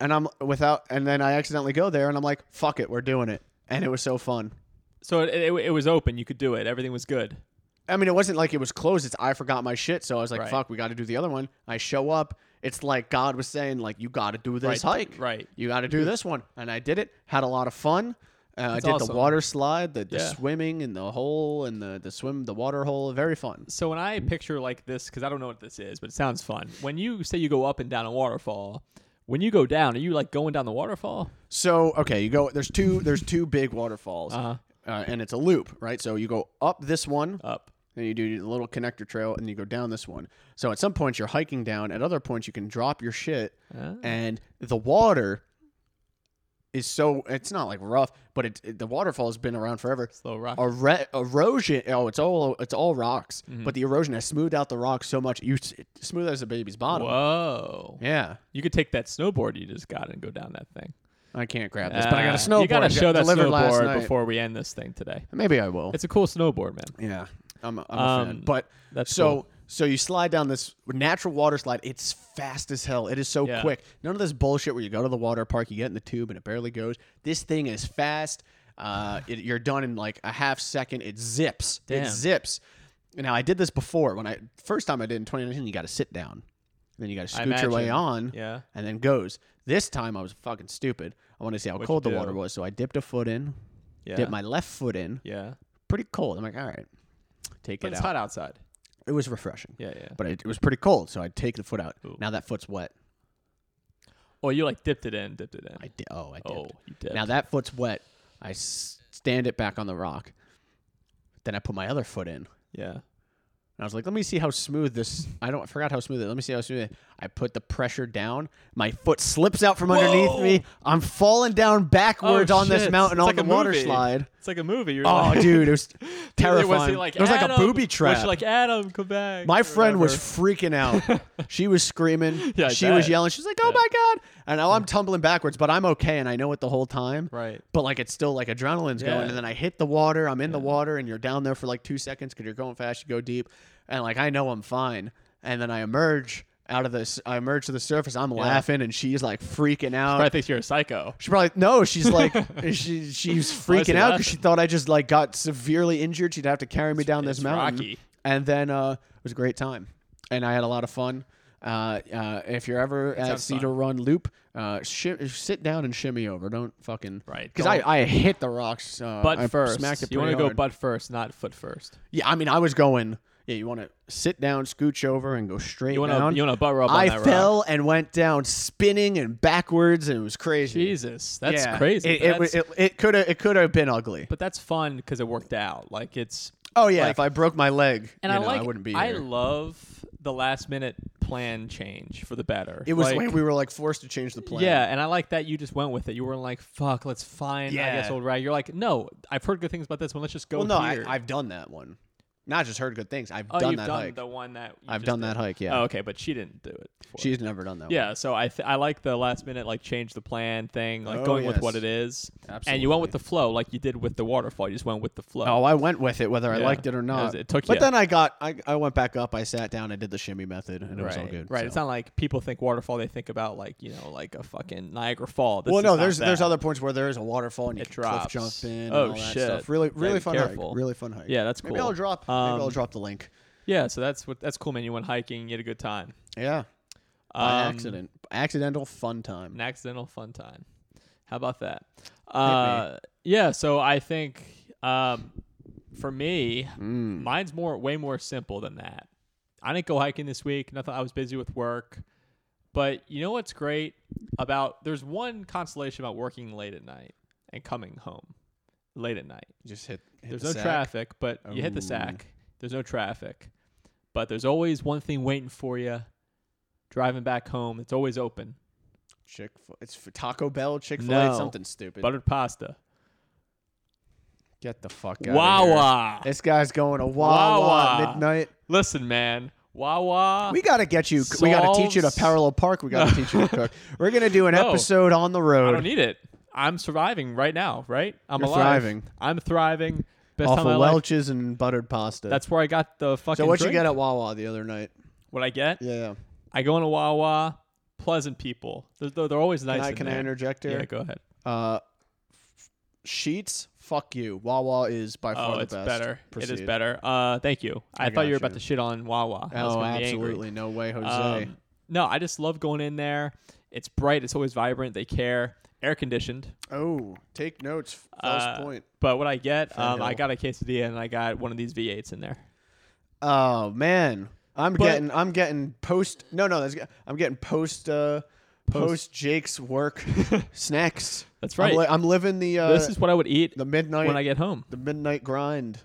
B: and I'm without, and then I accidentally go there and I'm like, fuck it, we're doing it. And it was so fun.
A: So it, it, it was open. You could do it. Everything was good.
B: I mean, it wasn't like it was closed. It's I forgot my shit, so I was like,
A: Right.
B: "Fuck, we got to do the other one." I show up. It's like God was saying, "Like you got to do this
A: Right,
B: hike,
A: right.
B: You got to do this one." And I did it. Had a lot of fun. Uh, I
A: That's
B: did the
A: awesome.
B: water slide, the, the
A: Yeah.
B: swimming in the hole, and the the swim, the water hole. Very fun.
A: So when I picture like this, because I don't know what this is, but it sounds fun. When you say you go up and down a waterfall, when you go down, are you like going down the waterfall?
B: So okay, you go. There's two. There's two big waterfalls,
A: Uh-huh.
B: uh, and it's a loop, right? So you go up this one,
A: Up.
B: and you do the little connector trail, and you go down this one. So at some points you're hiking down. At other points you can drop your shit,
A: Ah.
B: and the water is so it's not like rough, but it, it- the waterfall has been around forever.
A: Slow rock.
B: Ere- erosion. Oh, it's all it's all rocks,
A: Mm-hmm.
B: but the erosion has smoothed out the rocks so much. You s- smooth as a baby's bottom.
A: Whoa.
B: Yeah,
A: You could take that snowboard you just got and go down that thing.
B: I can't grab this, but I got a
A: Ah,
B: snowboard.
A: You gotta
B: I got
A: show that
B: delivered last
A: snowboard
B: night.
A: before we end this thing today.
B: Maybe I will.
A: It's a cool snowboard, man.
B: Yeah, I'm a, I'm a fan.
A: Um,
B: But
A: that's
B: so
A: cool.
B: so you slide down this natural water slide. It's fast as hell. It is so
A: Yeah.
B: quick. None of this bullshit where you go to the water park, you get in the tube, and it barely goes. This thing is fast. Uh, it, you're done in like a half second. It zips.
A: Damn.
B: It zips. Now I did this before when I first time I did in 2019. You got to sit down, then you got to
A: I
B: scoot your way
A: imagine.
B: on
A: Yeah.
B: and then goes. This time I was fucking stupid. I wanted to see how cold the
A: do?
B: water was, so I dipped a foot in,
A: Yeah.
B: dipped my left foot in.
A: yeah.
B: Pretty cold. I'm like, all right, take
A: But
B: it
A: it's
B: out.
A: hot outside.
B: It was refreshing.
A: Yeah, yeah.
B: But it, it was pretty cold, so I'd take the foot out.
A: Ooh.
B: Now that foot's wet.
A: Well, you like dipped it in, dipped it in.
B: I di- oh, I dipped.
A: oh, you dipped.
B: Now that foot's wet. I s- stand it back on the rock. Then I put my other foot in. And
A: yeah.
B: I was like, let me see how smooth this. I don't I forgot how smooth it. Let me see how smooth it. I put the pressure down. My foot slips out from underneath
A: Whoa!
B: me. I'm falling down backwards on this
A: Oh, shit.
B: mountain
A: It's
B: on
A: like
B: the
A: a
B: water
A: movie.
B: slide.
A: It's like a movie. You're
B: Oh,
A: like,
B: dude, it was terrifying.
A: Was he like,
B: it was like
A: Adam?
B: a booby
A: Was
B: trap.
A: she like Adam, come back?
B: My
A: or
B: friend was
A: whatever?
B: freaking out. she was screaming.
A: Yeah, I
B: she was
A: bet.
B: yelling. She's like, "Oh my god!" And now I'm tumbling backwards, but I'm okay, and I know it the whole time.
A: right.
B: But like, it's still like adrenaline's
A: Yeah.
B: going, and then I hit the water. I'm in the water, and you're down there for like two seconds because you're going fast. You go deep, and like I know I'm fine. And then I emerge out of this. I emerge to the surface. I'm laughing, and she's like freaking out.
A: Probably thinks you're a psycho.
B: She probably no. She's like she she's freaking out because she
A: laughing?
B: thought I just like got severely injured. She'd have to carry me down this
A: it's
B: mountain.
A: rocky.
B: And then uh, it was a great time, and I had a lot of fun. Uh, uh, if you're ever at
A: sounds
B: Cedar Run Loop, uh, shi sit down and shimmy over. Don't fucking
A: Right,
B: Because I, I hit the rocks. Uh,
A: Butt
B: I
A: first.
B: Smacked it
A: you want to
B: pretty
A: go
B: hard.
A: butt first, not foot first.
B: Yeah, I mean I was going. Yeah, you want to sit down, scooch over, and go straight
A: You want
B: down.
A: to you want to butt rub on
B: I
A: that rock.
B: fell and went down, spinning and backwards, and it was crazy.
A: Jesus, that's
B: Yeah.
A: crazy.
B: It
A: but
B: it,
A: that's-
B: it, it could have it could have been ugly.
A: but that's fun because it worked out. Like it's
B: oh yeah,
A: like-
B: if I broke my leg,
A: and
B: you
A: I
B: know,
A: like
B: I wouldn't be
A: I
B: here.
A: love the last minute plan change for the better.
B: it was
A: like,
B: when we were like forced to change the plan.
A: Yeah, and I like that you just went with it. You weren't like, "Fuck, let's find I guess
B: Yeah.
A: old rag." You're like, "No, I've heard good things about this one. Let's just go
B: Well, no, I,
A: here."
B: I've done that one. Not just heard good things. I've
A: oh,
B: done
A: you've
B: that
A: done
B: hike.
A: the one that you
B: I've
A: just
B: done
A: did.
B: that hike. Yeah,
A: Oh, okay, but she didn't do it. Before.
B: she's never done that.
A: yeah. So I th- I like the last minute like change the plan thing, like
B: Oh,
A: going with what
B: yes.
A: it is, and you went with the flow, like you did with the waterfall. You just went with the flow.
B: one. Oh, I went with it whether I
A: Yeah.
B: liked it or
A: It
B: not.
A: was- it took
B: but
A: ya.
B: then I got I, I went back up. I sat down. I did the shimmy method, and it
A: right.
B: was all good.
A: Right.
B: so.
A: It's not like people think waterfall. They think about like you know like a fucking Niagara Fall. This
B: well,
A: is
B: no,
A: not
B: there's there's
A: that.
B: other points where there is a waterfall and you
A: It
B: can cliff
A: drops.
B: jump in. and
A: Oh,
B: all that
A: shit.
B: Stuff. Really,
A: Gotta
B: really
A: be
B: fun
A: careful.
B: hike. Really fun hike.
A: Yeah, that's cool.
B: Maybe I'll drop. maybe I'll
A: Um,
B: drop the link.
A: Yeah, so that's what that's cool, man. You went hiking, you had a good time.
B: Yeah. By
A: Um,
B: accident. Accidental fun time.
A: An accidental fun time. How about that? Uh, yeah. So I think um, for me,
B: Mm.
A: mine's more way more simple than that. I didn't go hiking this week. Nothing. I was busy with work. But you know what's great about there's one consolation about working late at night and coming home late at night.
B: Just hit, hit
A: There's
B: the
A: no
B: sack.
A: traffic, but you hit
B: Ooh.
A: the sack. There's no traffic, but there's always one thing waiting for you. Driving back home, it's always open.
B: Chick. It's for Taco Bell, Chick Fil A,
A: No.
B: something stupid.
A: Buttered pasta.
B: Get the fuck out.
A: Wawa.
B: This guy's going to Wawa,
A: Wawa.
B: at midnight.
A: Listen, man. Wawa.
B: We gotta get you. We gotta teach you to
A: Solves-
B: parallel park. We gotta teach you to cook. We're gonna do an
A: No.
B: episode on the
A: I
B: road.
A: don't need it. I'm surviving right now, right? I'm
B: You're
A: alive.
B: thriving.
A: I'm thriving. Best
B: off
A: time of my
B: of
A: life.
B: Welch's and buttered pasta.
A: That's where I got the fucking.
B: so. What you
A: drink.
B: get at Wawa the other night?
A: What I get?
B: Yeah.
A: I go into Wawa. Pleasant people. They're, they're, they're always nice.
B: Can I,
A: in
B: can I
A: there.
B: interject here?
A: Yeah, go ahead.
B: Uh, sheets. Fuck you. Wawa is by far
A: Oh,
B: the
A: it's
B: best.
A: better. It is
B: Proceed.
A: better. Uh, thank you. I,
B: I
A: thought you
B: got
A: were about
B: you.
A: to shit on Wawa. I was
B: Oh,
A: gonna be angry.
B: absolutely. No way, Jose.
A: Um, no, I just love going in there. It's bright. It's always vibrant. They care. Air conditioned.
B: oh, take notes. Fell's
A: Uh,
B: point.
A: But what I get,
B: Fair
A: um, I
B: hill.
A: got a quesadilla and I got one of these V8s in there.
B: Oh man, I'm
A: But-
B: getting I'm getting post no no that's I'm getting post uh post, Jake's work snacks.
A: That's
B: I'm,
A: right.
B: li- I'm living the uh,
A: this is what I would eat
B: the midnight
A: when I get home.
B: the midnight grind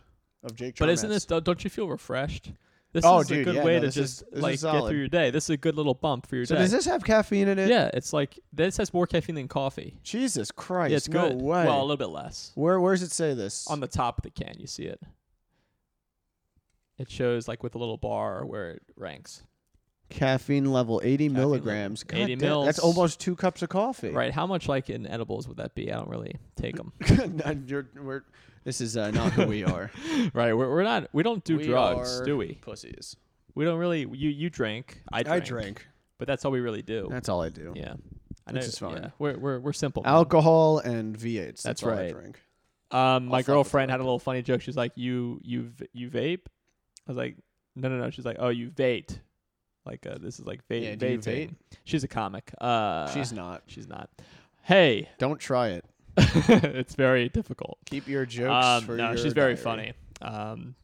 B: of Jake.
A: But isn't
B: Charmatz.
A: this? Don't you feel refreshed? This
B: Oh,
A: is a
B: dude,
A: good
B: yeah,
A: way
B: no,
A: to
B: this is-
A: just
B: this is
A: like get
B: solid.
A: through your day. This is a good little bump for your
B: so?
A: day.
B: Does this have caffeine in it?
A: yeah, it's like this has more caffeine than coffee.
B: Jesus Christ!
A: Yeah, it's
B: no
A: good.
B: way.
A: Well, a little bit less.
B: Where where does it say this?
A: On the top of the can, you see it. It shows like with a little bar where it ranks.
B: caffeine level 80
A: level,
B: milligrams. God
A: 80
B: damn, That's
A: mils.
B: almost two cups of coffee.
A: Right? How much like in edibles would that be? I don't really take them.
B: No, you're- we're- this is uh, not who we are.
A: right? We're, we're not. We don't do
B: We
A: drugs,
B: are
A: do we?
B: Pussies.
A: We don't really. You you drink. I drink.
B: I drink.
A: But that's all we really do.
B: That's all I do.
A: yeah. I
B: Which is fine.
A: Yeah. We're we're we're simple. man.
B: Alcohol and V8s. That's,
A: That's
B: all I
A: right.
B: drink.
A: Um,
B: fuck
A: my
B: with
A: girlfriend had a little funny joke. She's like, "You you v- you vape?" I was like, "No no no." She's like, "Oh, you vate." Like uh, this is like vape.
B: Yeah, do you
A: vaping.
B: vape?
A: She's a comic. Uh,
B: She's not.
A: she's not. Hey,
B: Don't try it.
A: it's very difficult.
B: Keep your jokes
A: Um,
B: for
A: no,
B: your
A: she's very
B: diary.
A: funny. Um,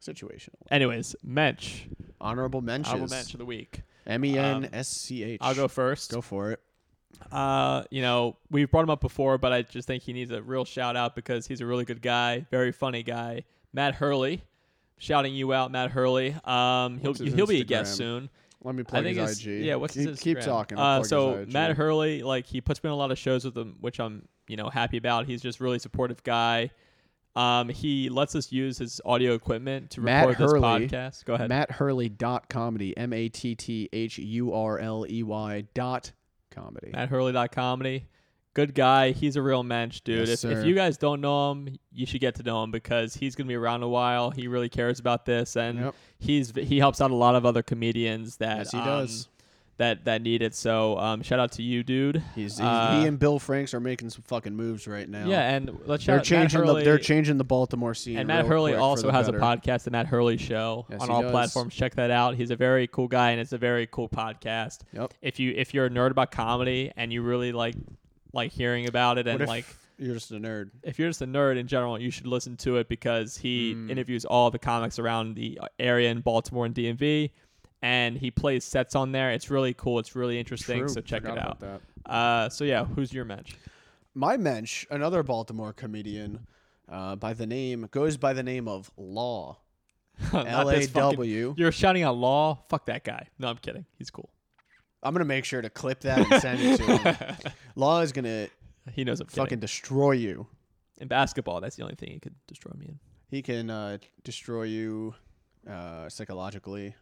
B: Situational.
A: anyways, mensch,
B: Honorable mentions.
A: honorable mensch of the week.
B: M E N S C H.
A: I'll go first.
B: Go for it.
A: Uh, you know, we've brought him up before, but I just think he needs a real shout out because he's a really good guy, very funny guy. Matt Hurley, shouting you out, Matt Hurley. Um, he'll
B: What's his
A: he'll be a guest
B: Instagram?
A: soon.
B: Let me plug
A: I think
B: his
A: it's-
B: IG.
A: yeah. What's
B: keep,
A: his Instagram?
B: Keep talking. I'll
A: Uh,
B: plug his
A: so
B: IG.
A: Matt Hurley, like he puts me on a lot of shows with him, which I'm you know happy about. He's just really supportive guy. Um, he lets us use his audio equipment to
B: Matt
A: record
B: Hurley.
A: this podcast. Go ahead.
B: Matt Hurley dot comedy. M A T T H U R L E Y dot comedy.
A: Matt Hurley dot comedy. Good guy. He's a real mensch, dude.
B: Yes,
A: if,
B: sir.
A: if you guys don't know him, you should get to know him because he's going to be around a while. He really cares about this, and
B: Yep.
A: he's he helps out a lot of other comedians that
B: Yes, he
A: um,
B: does.
A: that that need it. So um, shout out to you, dude.
B: He's, he's,
A: Uh,
B: he and Bill Franks are making some fucking moves right now.
A: yeah, and let's shout
B: They're
A: out
B: changing
A: Matt Hurley.
B: the they're changing the Baltimore scene.
A: and Matt
B: real
A: Hurley
B: quick for
A: also
B: the
A: has
B: better.
A: a podcast, The Matt Hurley Show,
B: Yes,
A: on
B: he
A: all
B: does.
A: platforms. Check that out. He's a very cool guy, and it's a very cool podcast.
B: Yep.
A: If you if you're a nerd about comedy and you really like like hearing about it and
B: What if
A: like
B: you're just a nerd.
A: if you're just a nerd in general, you should listen to it because he
B: Hmm.
A: interviews all the comics around the uh, area in Baltimore and DMV, and he plays sets on there. It's really cool. It's really interesting.
B: True.
A: So check
B: Forgot
A: it
B: about
A: out.
B: that.
A: Uh, so yeah, who's your mensch?
B: My mensch, another Baltimore comedian, uh, by the name goes by the name of Law.
A: Not
B: L A
A: this fucking-
B: W.
A: You're shouting out Law. Fuck that guy. No, I'm kidding. He's cool.
B: I'm gonna make sure to clip that and send it to him. Law is gonna
A: He knows I'm
B: fucking
A: kidding.
B: destroy you.
A: In basketball, that's the only thing he could destroy me in.
B: He can uh, destroy you uh, psychologically.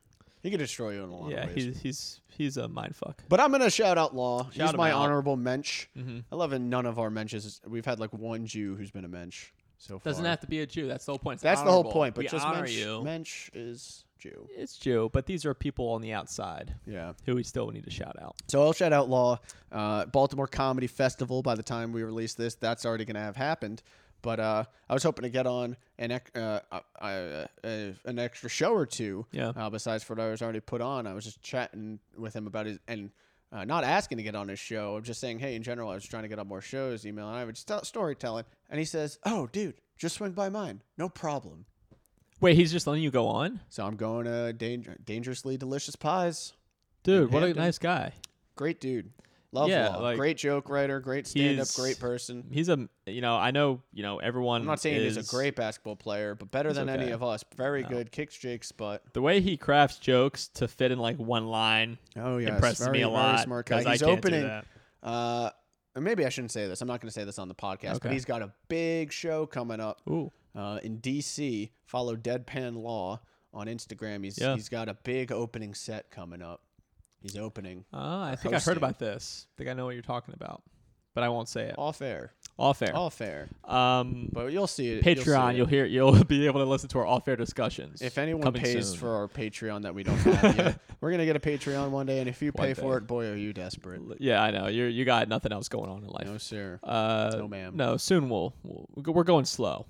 B: He can destroy you in a lot
A: Yeah,
B: of ways.
A: he's he's he's a mind fuck.
B: But I'm gonna shout out Law. He's
A: him
B: my
A: out.
B: honorable mensch.
A: Mhm.
B: I love it. None of our mentions. We've had like one Jew who's been a mensch so far.
A: Doesn't have to be a Jew. That's the whole point. It's
B: That's the whole
A: honorable.
B: point. But
A: we
B: just
A: honor
B: mensch,
A: you.
B: mensch is Jew.
A: It's Jew, but these are people on the outside
B: Yeah.
A: who we still need to shout out.
B: So I'll shout out Law, uh, Baltimore Comedy Festival. By the time we release this, that's already gonna have happened. But uh, I was hoping to get on an ec- uh, uh, uh, uh, an extra show or two.
A: Yeah.
B: Uh, besides what I was already put on, I was just chatting with him about his and uh, not asking to get on his show. I'm just saying, hey, in general, I was trying to get on more shows. Email and I was st- storytelling, and he says, "Oh, dude, just swing by mine, no problem."
A: Wait, he's just letting you go on,
B: So I'm going to danger- dangerously delicious pies.
A: dude. What a
B: Hampton.
A: nice guy.
B: Great dude. Love
A: Yeah,
B: Law.
A: like,
B: great joke writer, great stand up,
A: he's-
B: great person.
A: He's a you know I know you know everyone.
B: I'm not saying
A: is,
B: he's a great basketball player, but better
A: He's
B: than any
A: okay.
B: of us. Very good kicks, jakes, but
A: The way he crafts jokes to fit in like one line
B: oh yeah,
A: impresses me a lot
B: Smart guy.
A: because
B: He's
A: I can't
B: opening.
A: do that.
B: Uh, and maybe I shouldn't say this. I'm not going to say this on the podcast, but
A: Okay.
B: he's got a big show coming up
A: Ooh,
B: uh, in DC. Follow Deadpan Law on Instagram. He's
A: Yeah.
B: he's got a big opening set coming up. He's opening
A: Ah, I think I
B: hosting.
A: heard about this. I think I know what you're talking about, but I won't say it.
B: off air,
A: Off air.
B: off air.
A: Um,
B: But you'll see it. you'll see
A: Patreon,
B: it.
A: you'll, hear, you'll be able to listen to our off air discussions.
B: If anyone
A: coming
B: pays
A: soon.
B: for our Patreon that we don't have yet, we're gonna get a Patreon one day, and if you
A: One
B: pay for
A: day.
B: it, boy, are you desperate?
A: yeah, I know you you got nothing else going on in life.
B: No, sir.
A: uh,
B: no, ma'am.
A: No, soon we'll, we'll we're going slow.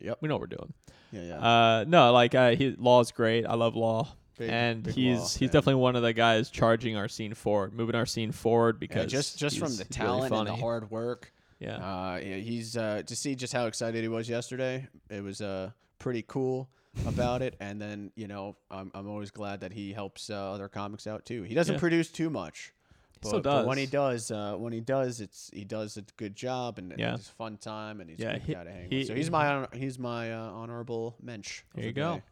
B: Yep.
A: We know what we're doing.
B: Yeah, yeah.
A: Uh, no, like uh, he law's great. I love law,
B: Big-
A: and
B: big
A: he's
B: Law
A: he's
B: fan.
A: definitely one of the guys charging our scene forward, moving our scene forward
B: Yeah,
A: because
B: just just from
A: he's
B: the
A: really
B: talent and the
A: funny.
B: hard work.
A: Yeah,
B: Uh, yeah, he's uh, to see just how excited he was yesterday. It was uh, pretty cool about it. And then you know, I'm I'm always glad that he helps uh, other comics out too. He doesn't
A: Yeah.
B: produce too much. But,
A: still
B: but when he
A: does.
B: does, uh, when he does, it's he does a good job and, and
A: Yeah.
B: it's a fun time and he's
A: Yeah,
B: a good
A: he-
B: guy to hang
A: he-
B: with. So he's my honor, he's my uh, honorable mensch. of
A: There you
B: the
A: go.
B: day.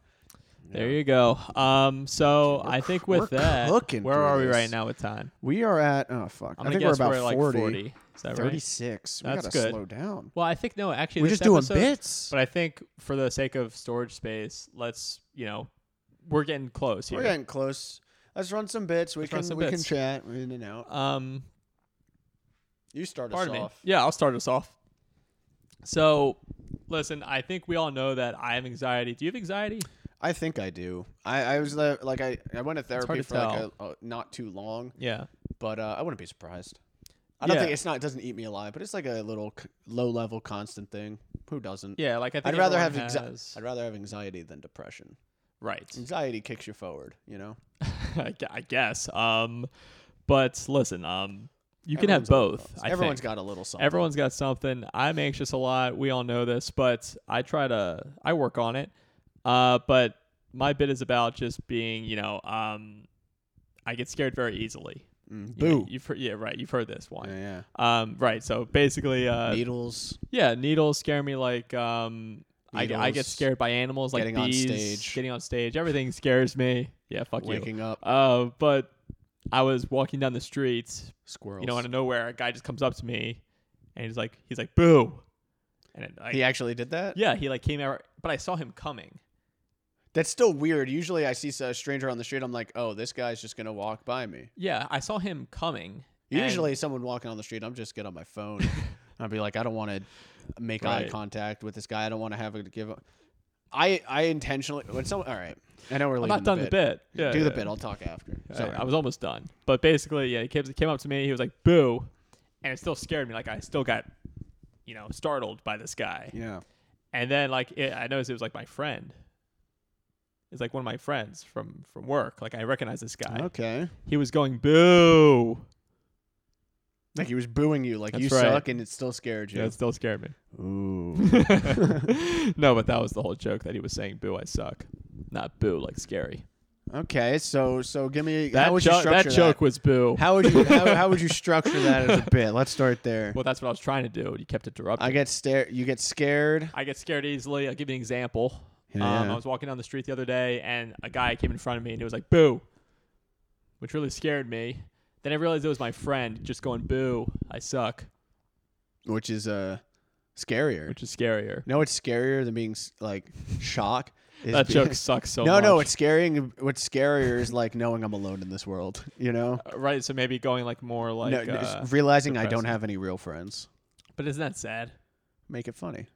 A: there you go. Um, so
B: We're
A: I
B: cr-
A: think
B: we're
A: with that,
B: cooking
A: where
B: through
A: are we
B: this.
A: right now with time?
B: We are at oh fuck,
A: I'm
B: I
A: gonna
B: think we're
A: guess
B: about
A: like
B: 40,
A: 40. Is that right?
B: 36. We
A: That's
B: gotta
A: good.
B: slow down.
A: Well, I think no. Actually,
B: We're
A: this
B: just doing
A: episode-
B: bits.
A: But I think for the sake of storage space, let's you know, we're getting close here.
B: We're getting close. Let's run some bits. We
A: Let's run
B: can
A: some
B: we can
A: bits.
B: chat in and out.
A: um,
B: You start
A: pardon
B: us
A: me.
B: off.
A: Yeah, I'll start us off. So, listen, I think we all know that I have anxiety. Do you have anxiety?
B: I think I do. I, I was uh, like I, I went to
A: hard
B: therapy
A: to
B: for like a, a, not too long,
A: Yeah.
B: but uh, I wouldn't be surprised. I don't
A: Yeah.
B: think it's not it doesn't eat me alive, but it's like a little c- low level constant thing. Who doesn't?
A: Yeah, like I think
B: I'd rather have
A: everyone
B: anxi-
A: has-
B: I'd rather have anxiety than depression.
A: right.
B: Anxiety kicks you forward, you know.
A: I gu- I guess. Um, but listen, um, you can have
B: Everyone's got
A: both.
B: thoughts.
A: I
B: Everyone's
A: think.
B: got a little something.
A: Everyone's got something. I'm anxious a lot. We all know this, but I try to I work on it. Uh, but my bit is about just being, you know, um, I get scared very easily.
B: Mm,
A: You know,
B: boo.
A: you've heard, yeah, right. You've heard this one.
B: yeah,
A: Um, right. So basically, uh,
B: Needles.
A: yeah, needles scare me like um. I, get- I get
B: Needles,
A: scared by animals like
B: getting on
A: bees,
B: stage.
A: getting on stage. Everything scares me. Yeah, fuck you.
B: Waking up.
A: Uh, but I was walking down the street,
B: Squirrels.
A: you know, out of nowhere, a guy just comes up to me, and he's like, he's like, "Boo!" And it, like,
B: he actually did that.
A: yeah, he like came out, but I saw him coming.
B: That's still weird. Usually, I see a stranger on the street. I'm like, oh, this guy's just gonna walk by me.
A: Yeah, I saw him coming. and-
B: Usually, someone walking on the street, I'm just get on my phone. I'll be like, I don't want to make eye
A: Right.
B: contact with this guy. I don't want to have a give. I I intentionally when someone. All right, I know we're
A: I'm
B: leaving
A: not done the bit. Yeah,
B: Do the
A: yeah.
B: bit. I'll talk after.
A: I-
B: Sorry.
A: I, was almost done, but basically, yeah, he came, came up to me. He was like, "Boo!" And it still scared me. Like I still got, you know, startled by this guy.
B: yeah.
A: And then like it, I noticed it was like my friend. It's like one of my friends from from work. Like I recognize this guy.
B: Okay.
A: He was going boo.
B: Like he was booing you, like
A: That's
B: you
A: right.
B: suck, and it still scared you.
A: Yeah, it still scared me.
B: Ooh.
A: no, but that was the whole joke that he was saying boo I suck. Not boo like scary.
B: Okay. So so give me
A: That
B: how would
A: jo-
B: you structure
A: that joke was boo.
B: How would you how, how would you structure that as a bit? Let's start there.
A: well, that's what I was trying to do. You kept interrupting.
B: I get stare. You get scared.
A: I get scared easily. I'll give you an example. Um,
B: Yeah.
A: I was walking down the street the other day, and a guy came in front of me, and he was like, "Boo," which really scared me. Then I realized it was my friend just going, "Boo, I suck,"
B: which is uh scarier.
A: which is scarier.
B: No, it's scarier than being s- like shock. is
A: That
B: be-
A: joke sucks so
B: no,
A: much.
B: no, it's scaring. What's scarier is like knowing I'm alone in this world. You know,
A: Uh, right. So maybe going like more like,
B: no,
A: uh,
B: it's realizing I don't
A: depressing.
B: have any real friends.
A: but isn't that sad?
B: Make it funny.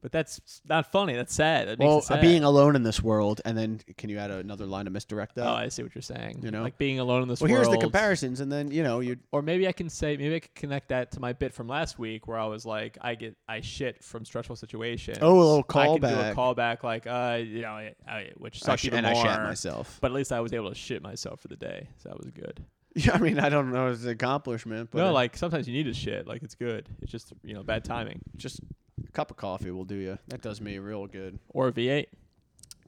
A: But that's not funny. That's sad. That makes
B: Well,
A: it
B: uh,
A: sad.
B: being alone in this world, and then can you add another line to misdirect that?
A: oh, I see what you're saying.
B: you know?
A: like being alone in this
B: well,
A: world.
B: here's the comparisons, and then you know you.
A: Or maybe I can say, maybe I could connect that to my bit from last week where I was like, I get, I shit from stressful situations.
B: Oh, a little
A: I can do a
B: callback.
A: callback like, uh, you know, I, I, which
B: I
A: sucks
B: sh-
A: even
B: and I
A: more.
B: shat myself.
A: But at least I was able to shit myself for the day, so that was good.
B: Yeah, I mean, I don't know. It's an accomplishment, but
A: no,
B: uh,
A: like sometimes you need to shit. Like it's good. It's just you know bad timing.
B: just a cup of coffee will do you. That does me real good.
A: Or a V8.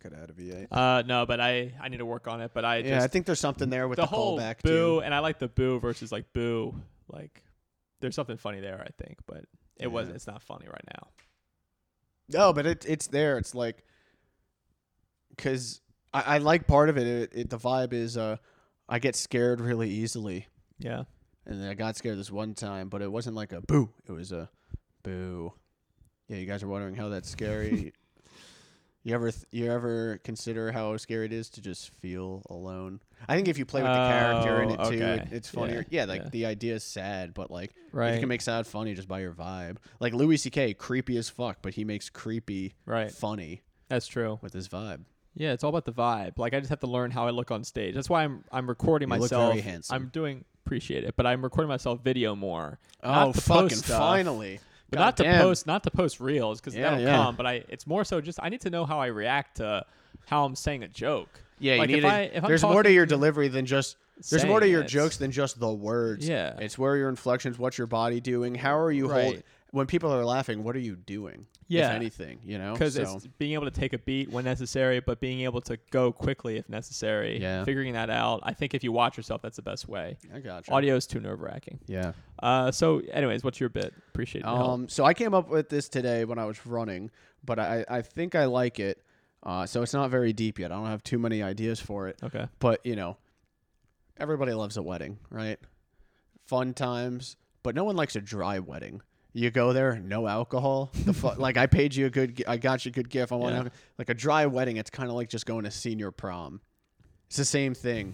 B: Could add a V8.
A: Uh, no, but I I need to work on it. But I
B: yeah, I
A: just
B: think there's something there with
A: the,
B: the,
A: whole
B: callback
A: boo,
B: too.
A: and I like the boo versus like boo. Like there's something funny there, I think, but it was
B: Yeah.
A: it's not funny right now.
B: No, but it it's there. It's like because I, I like part of it. It, it. The vibe is uh, I get scared really easily,
A: Yeah.
B: and I got scared this one time, but it wasn't like a boo. It was a boo. Yeah, you guys are wondering how that's scary. you ever th- you ever consider how scary it is to just feel alone? I think if you play with the character in
A: Oh,
B: it too,
A: okay.
B: it, it's
A: Yeah,
B: funnier. Yeah, like
A: yeah.
B: the idea is sad, but like
A: Right.
B: you can make sad funny just by your vibe. Like Louis C.K. creepy as fuck, but he makes creepy
A: Right.
B: funny
A: That's true.
B: with his vibe.
A: Yeah, it's all about the vibe. Like I just have to learn how I look on stage. That's why I'm I'm recording
B: You look
A: myself.
B: very handsome.
A: I'm doing appreciate it, but I'm recording myself video more.
B: oh
A: Not to
B: fucking
A: post stuff,
B: finally!
A: But not to
B: Goddamn.
A: post not to post reels because
B: Yeah,
A: that'll
B: yeah.
A: come. But I it's more so just I need to know how I react to how I'm saying a joke.
B: Yeah,
A: like
B: you
A: if
B: need. to-
A: I, if I'm
B: there's more to
A: talking-
B: your delivery than just. There's more to
A: saying
B: your
A: it.
B: jokes than just the words.
A: Yeah.
B: it's where your inflections, what's your body doing, how are you
A: Right.
B: holding. When people are laughing, what are you doing?
A: Yeah.
B: if anything, you know.
A: because
B: Oh, so,
A: it's being able to take a beat when necessary, but being able to go quickly if necessary.
B: Yeah.
A: figuring that out. I think if you watch yourself, that's the best way.
B: I got you.
A: Audio is too nerve wracking.
B: Yeah.
A: Uh, so, anyways, what's your bit? Appreciate the help.
B: Um. So I came up with this today when I was running, but I I think I like it. Uh. So it's not very deep yet. I don't have too many ideas for it.
A: Okay.
B: But you know, everybody loves a wedding, right? Fun times, but no one likes a dry wedding. You go there, no alcohol. The fu- like I paid you a good, gi- I got you a good gift. I want
A: Yeah.
B: to like a dry wedding. It's kind of like just going to senior prom. It's the same thing,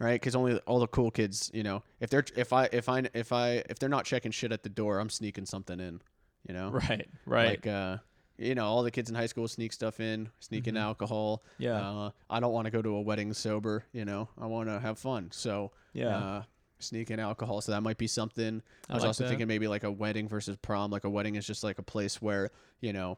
B: right? Because only all the cool kids, you know, if they're if I if I if I if they're not checking shit at the door, I'm sneaking something in, you know,
A: Right. Right.
B: like uh, you know, all the kids in high school sneak stuff in, sneak
A: Mm-hmm.
B: in alcohol.
A: Yeah.
B: Uh, I don't want to go to a wedding sober. You know, I want to have fun. So
A: Yeah.
B: uh, sneak in alcohol. So that might be something. I,
A: I
B: was
A: like
B: also
A: that.
B: thinking maybe like a wedding versus prom. Like a wedding is just like a place where you know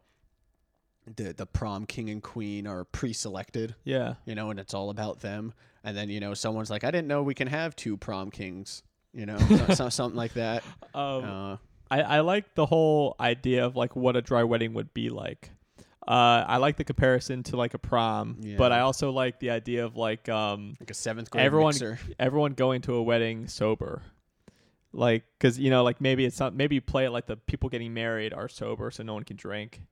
B: the the prom king and queen are pre-selected.
A: yeah.
B: You know, and it's all about them. And then you know, someone's like, I didn't know we can have two prom kings. You know, so, so- something like that.
A: Um,
B: Uh,
A: I, I like the whole idea of like what a dry wedding would be like. Uh, I like the comparison to like a prom, but
B: Yeah.
A: I also like the idea of like um,
B: like a seventh grade
A: everyone
B: mixer.
A: everyone going to a wedding sober like because you know like maybe it's not maybe you play it like the people getting married are sober so no one can drink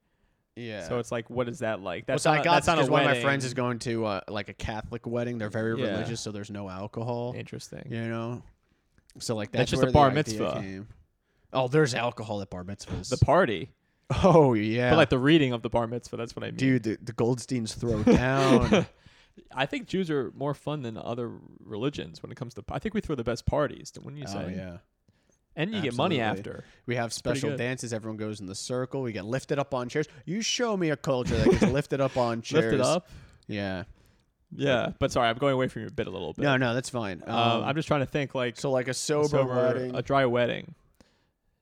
B: Yeah.
A: so it's like what is that like that's
B: well, so
A: not,
B: I got
A: that's not a
B: because
A: wedding
B: one of my friends is going to uh, like a Catholic wedding. They're very
A: Yeah.
B: religious, so there's no alcohol.
A: interesting
B: You know, so like that's,
A: That's just a
B: where
A: bar
B: the idea
A: mitzvah.
B: Came. Oh, there's alcohol at bar mitzvahs.
A: the party
B: oh yeah,
A: but like the reading of the bar mitzvah that's what i mean
B: dude, the, the Goldsteins throw down.
A: i think jews are more fun than other religions when it comes to i think we throw the best parties wouldn't you say
B: oh yeah,
A: and you get money
B: Absolutely.
A: after
B: we have
A: pretty
B: special
A: good.
B: dances. Everyone goes in the circle. We get lifted up on chairs. You show me a culture that gets lifted up on chairs.
A: lift it up
B: Yeah.
A: yeah but sorry i'm going away from your bit a little bit
B: No, no, that's fine. Um,
A: um, i'm just trying to think like
B: so like a sober,
A: sober-
B: wedding.
A: a dry wedding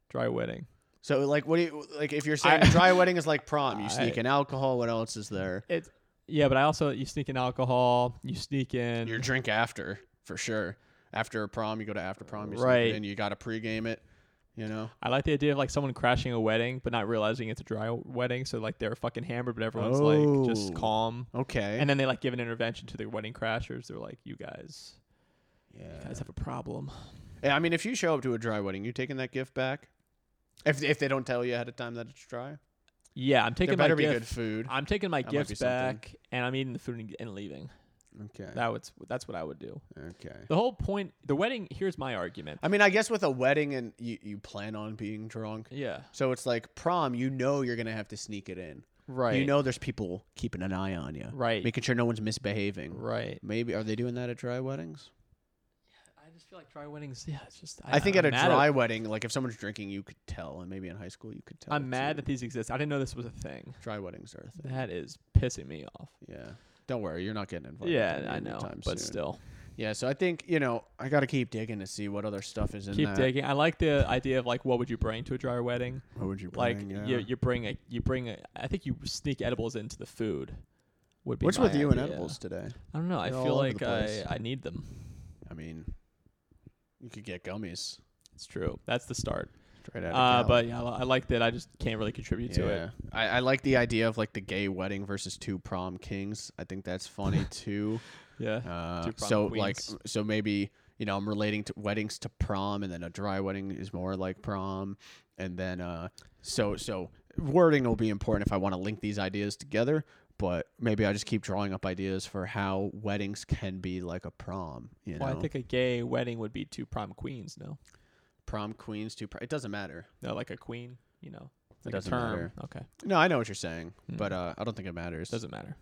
A: dry wedding
B: so like, what do you like? If you're saying
A: I-
B: dry wedding is like prom, you sneak
A: I-
B: in alcohol. What else is there?
A: It's yeah, but I also you sneak in alcohol, you sneak in
B: your drink after for sure. After a prom, you go to after prom, you
A: Right.
B: right? And you got to pregame it, you know.
A: I like the idea of like someone crashing a wedding but not realizing it's a dry wedding, so like they're fucking hammered, but everyone's like just
B: Oh.
A: calm.
B: Okay.
A: And then they like give an intervention to the wedding crashers. They're like, "You guys, you
B: yeah.
A: guys have a problem."
B: Yeah, I mean, if you show up to a dry wedding, you taking that gift back? If if they don't tell you ahead of time that it's dry,
A: Yeah, I'm
B: there
A: taking
B: better
A: my
B: be
A: gift.
B: good food.
A: I'm taking my
B: That might be
A: gifts
B: something.
A: back, and I'm eating the food and, and leaving.
B: Okay.
A: That was that's what I would do.
B: okay.
A: The whole point, the wedding. Here's my argument.
B: I mean, I guess with a wedding and you you plan on being drunk,
A: Yeah,
B: so it's like prom. You know you're gonna have to sneak it in.
A: right.
B: You know there's people keeping an eye on you,
A: Right.
B: Making sure no one's misbehaving.
A: right.
B: Maybe are they doing that at dry weddings?
A: I just feel like dry weddings. Yeah, it's just.
B: I think at
A: I'm
B: a
A: mad
B: dry wedding, like if someone's drinking, you could tell, and maybe in high school you could tell.
A: I'm mad
B: too.
A: that these exist. I didn't know this was a thing.
B: dry weddings are a thing.
A: That is pissing me off.
B: Yeah, don't worry, you're not getting invited. to
A: Yeah,
B: any
A: I know,
B: Time
A: but
B: soon.
A: still,
B: Yeah, so I think you know I got to keep digging to see what other stuff is in
A: keep
B: that.
A: digging. I like the idea of like, what would you bring to a dry wedding?
B: What would you
A: Like,
B: bring? yeah.
A: you you bring a you bring a. I think you sneak edibles into the food. Would be
B: What's
A: my
B: with you and
A: idea.
B: edibles today?
A: I don't know. I
B: They're
A: feel
B: all over the
A: like I
B: place.
A: I need them.
B: I mean, you could get gummies
A: It's true. That's the start.
B: straight out. Of
A: Uh,
B: Cal.
A: but yeah, I like that. I just can't really contribute to it.
B: Yeah. I, I like the idea of like the gay wedding versus two prom kings. I think that's funny too.
A: Yeah.
B: Uh,
A: Two prom
B: so like
A: queens.
B: so maybe you know I'm relating to weddings to prom, and then a dry wedding is more like prom, and then uh, so so wording will be important if I want to link these ideas together. But maybe I just keep drawing up ideas for how weddings can be like a prom. You
A: Well,
B: know,
A: I think a gay wedding would be two prom queens. No,
B: prom queens to prom. It doesn't matter.
A: no, like a queen. You know,
B: It
A: like
B: doesn't
A: a term.
B: matter.
A: Okay,
B: No, I know what you're saying,
A: Hmm.
B: but uh, I don't think it matters.
A: doesn't matter.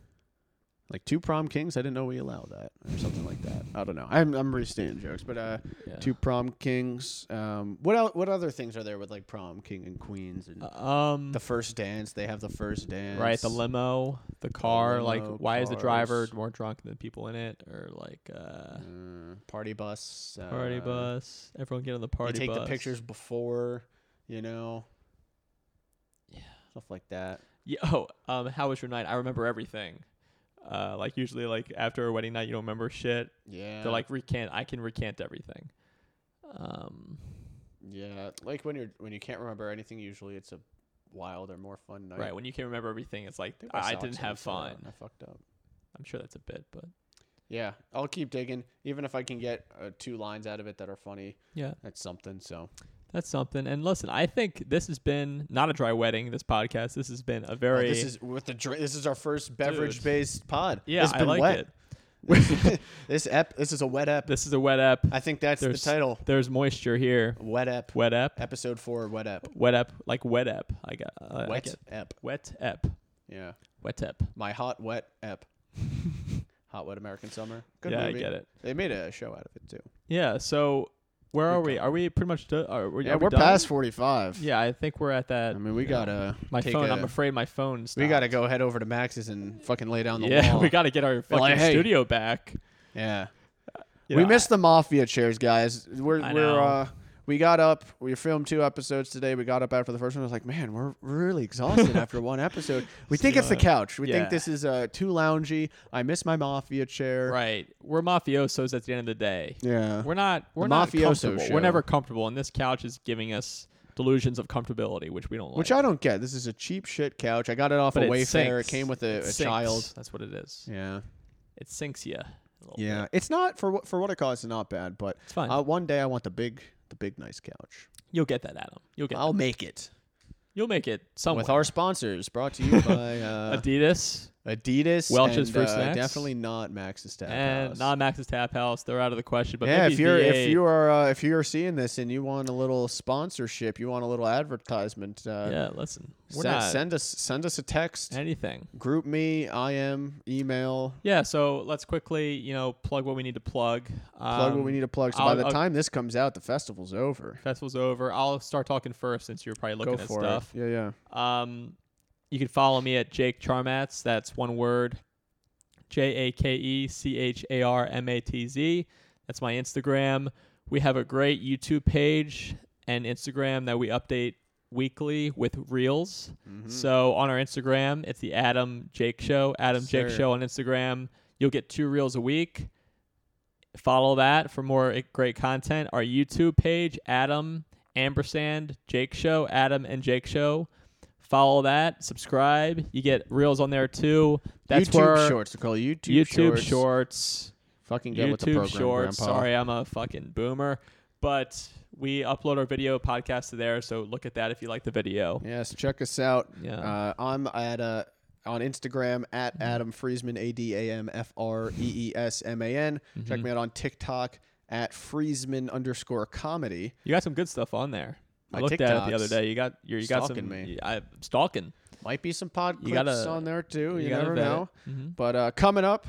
B: like two prom kings. I didn't know we allowed that or something like that. I don't know. I'm I'm restating jokes, but uh,
A: Yeah.
B: two prom kings. Um, what el- what other things are there with like prom king and queens and
A: Uh, um.
B: the first dance? They have the first dance,
A: right. The limo, the car. like,
B: limo,
A: why is the driver
B: cars.
A: more drunk than the people in it? Or like uh,
B: Uh, party bus. Uh,
A: party bus. Everyone get on the party
B: You take
A: bus.
B: the pictures before, you know.
A: Yeah.
B: Stuff like that.
A: Yo, um, how was your night? I remember everything. Uh, like usually, like after a wedding night, you don't remember shit.
B: Yeah.
A: They're like recant. I can recant everything. Um.
B: yeah, like when you're when you can't remember anything. Usually, it's a wild or more fun night.
A: Right, when you can't remember everything, it's like
B: think my
A: I, I
B: socks
A: didn't
B: are
A: have
B: fell out
A: fun.
B: and I fucked up.
A: I'm sure that's a bit, but
B: Yeah, I'll keep digging. Even if I can get uh, two lines out of it that are funny,
A: yeah,
B: that's something. So
A: that's something. And listen, I think this has been not a dry wedding. This podcast, this has been a
B: Oh,
A: very
B: this is with the dr- this is our first beverage based pod.
A: yeah,
B: it's
A: I
B: been
A: like
B: wet.
A: it.
B: this ep this is a wet ep.
A: This is a wet up.
B: I think that's the
A: There's-
B: title.
A: There's moisture here.
B: Wet ep.
A: Wet up,
B: Episode four. Wet ep.
A: wet up, like wet up. I got uh, I
B: Wet
A: get-
B: ep.
A: wet up,
B: Yeah,
A: wet up.
B: my hot wet ep. hot wet American summer. Good
A: yeah,
B: movie.
A: I get it.
B: They made a show out of it too.
A: Yeah. So where
B: Good
A: are we? Are we pretty much done? Are, we-
B: Yeah,
A: are we
B: we're
A: done?
B: past forty five.
A: Yeah, I think we're at that.
B: I mean, we gotta
A: my
B: take
A: phone. i
B: A,
A: I'm afraid my phone's.
B: we gotta go head over to Max's and fucking lay down the
A: Yeah,
B: law.
A: we got to get our fucking
B: like, hey.
A: studio back.
B: Yeah. we
A: You know, I-
B: missed the mafia chairs, guys. We're
A: I
B: we're
A: know.
B: uh we got up. We filmed two episodes today. We got up after the first one. I was like, man, we're really exhausted after one episode. We think it's the couch. We
A: yeah.
B: think this is uh too loungy. I miss my mafia chair.
A: Right. We're mafiosos at the end of the day.
B: Yeah.
A: We're not we're
B: The
A: not
B: mafioso
A: comfortable.
B: show.
A: We're never comfortable and this couch is giving us delusions of comfortability, which we don't like.
B: Which I don't get. This is a cheap shit couch. I got it off
A: but
B: a
A: it
B: Wayfair. It
A: sinks.
B: came with
A: It
B: a, a
A: sinks.
B: child.
A: That's what it is.
B: Yeah.
A: It sinks you.
B: Yeah. It's not for what for what it costs. It's not bad, but
A: Oh, It's fine.
B: uh, one day I want the big the big nice couch.
A: You'll get that, Adam. You'll get
B: I'll make it
A: you'll make it somewhere.
B: with our sponsors. Brought to you by uh,
A: Adidas
B: Adidas,
A: Welch's
B: and,
A: Fruit
B: uh,
A: Snacks.
B: definitely not Max's Tap
A: and
B: House.
A: not Max's Tap House. They're out of the question. But
B: yeah,
A: maybe
B: if you're if
A: VA
B: you are uh, if you are seeing this and you want a little sponsorship, you want a little advertisement, uh,
A: Yeah, listen. We're
B: sen-
A: not Eh?
B: send us send us a text,
A: anything.
B: group me, IM, email,
A: Yeah, so let's quickly, you know, plug what we need to plug.
B: plug what
A: Um,
B: we need to plug. So by
A: I'll-
B: the
A: I'll-
B: time this comes out, the festival's over.
A: Festival's over. I'll start talking first since you're probably looking
B: Go
A: at
B: for
A: stuff.
B: it. Yeah, yeah.
A: Um, you can follow me at Jake Charmatz. That's one word. J A K E C H A R M A T Z. That's my Instagram. We have a great YouTube page and Instagram that we update weekly with reels. Mm-hmm.
B: Mm-hmm.
A: So on our Instagram, it's the Adam Jake Show. Adam Jake
B: Sir.
A: Show on Instagram. You'll get two reels a week. Follow that for more i- great content. Our YouTube page, Adam Ambersand Jake Show, Adam and Jake Show. Follow that. Subscribe. You get reels on there too. That's
B: YouTube
A: where
B: shorts. They're called YouTube,
A: YouTube
B: shorts.
A: shorts.
B: Fucking get with the
A: YouTube
B: program,
A: Shorts.
B: Grandpa.
A: Sorry, I'm a fucking boomer, but we upload our video podcast to there. So look at that if you like the video.
B: Yes, check us out.
A: Yeah. Mm-hmm.
B: Uh, I'm at uh, on Instagram at Adam Friesman, A D A M F R E E S M A N. Check
A: Mm-hmm.
B: me out on TikTok at Friesman underscore comedy.
A: You got some good stuff on there.
B: My
A: I looked at it the other
B: TikToks.
A: day. You got you, you got
B: Stalking
A: some.
B: me.
A: I, am stalking.
B: Might be some pod
A: You
B: clips
A: gotta-
B: on there too. You,
A: gotta
B: never
A: vet it.
B: know.
A: Mhm.
B: But uh, coming up,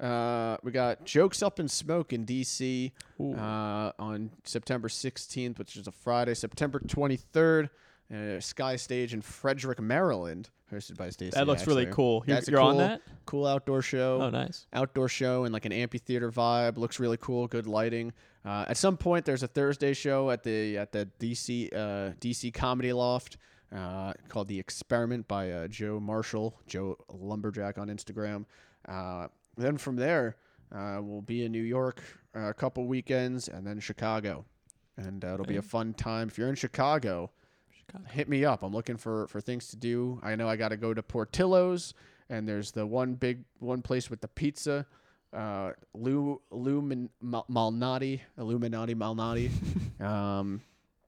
B: Uh, we got Jokes Up in Smoke in DC
A: Ooh.
B: uh, on September 16th, which is a Friday. September 23rd, uh, Sky Stage in Frederick, Maryland, hosted by Stacey.
A: That looks really
B: Axler.
A: cool. You're-
B: That's a
A: you're
B: cool,
A: on that?
B: Cool outdoor show
A: Oh, nice.
B: outdoor show and like an amphitheater vibe. Looks really cool. Good lighting. Uh, at some point, there's a Thursday show at the at the DC uh, DC Comedy Loft uh, called The Experiment by uh, Joe Marshall, Joe Lumberjack on Instagram. Uh, then from there, uh, we'll be in New York uh, a couple weekends and then Chicago, and uh, it'll be a fun time. If you're in Chicago,
A: Chicago.
B: hit me up. I'm looking for for things to do. I know I got to go to Portillo's, and there's the one big one place with the pizza. Uh, Lou Lou Min, Mal- Malnati, Illuminati Malnati. um,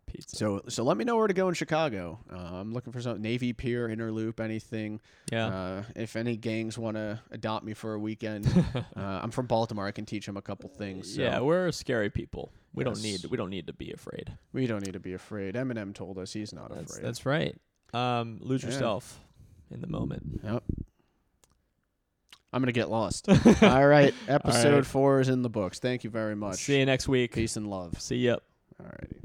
A: Pizza.
B: so so let me know where to go in Chicago. Uh, I'm looking for some Navy Pier, Interloop, anything.
A: Yeah.
B: Uh, if any gangs want to adopt me for a weekend, uh, I'm from Baltimore. I can teach them a couple things. So
A: Yeah, we're scary people. We don't
B: Yes.
A: need we don't need to be afraid.
B: we don't need to be afraid. Eminem told us he's not
A: That's,
B: afraid.
A: that's right. Um, lose
B: Yeah.
A: yourself in the moment.
B: Yep. I'm going to get lost. All right. Episode
A: right.
B: four is in the books. Thank you very much.
A: See you next week.
B: Peace and love.
A: See ya.
B: All righty.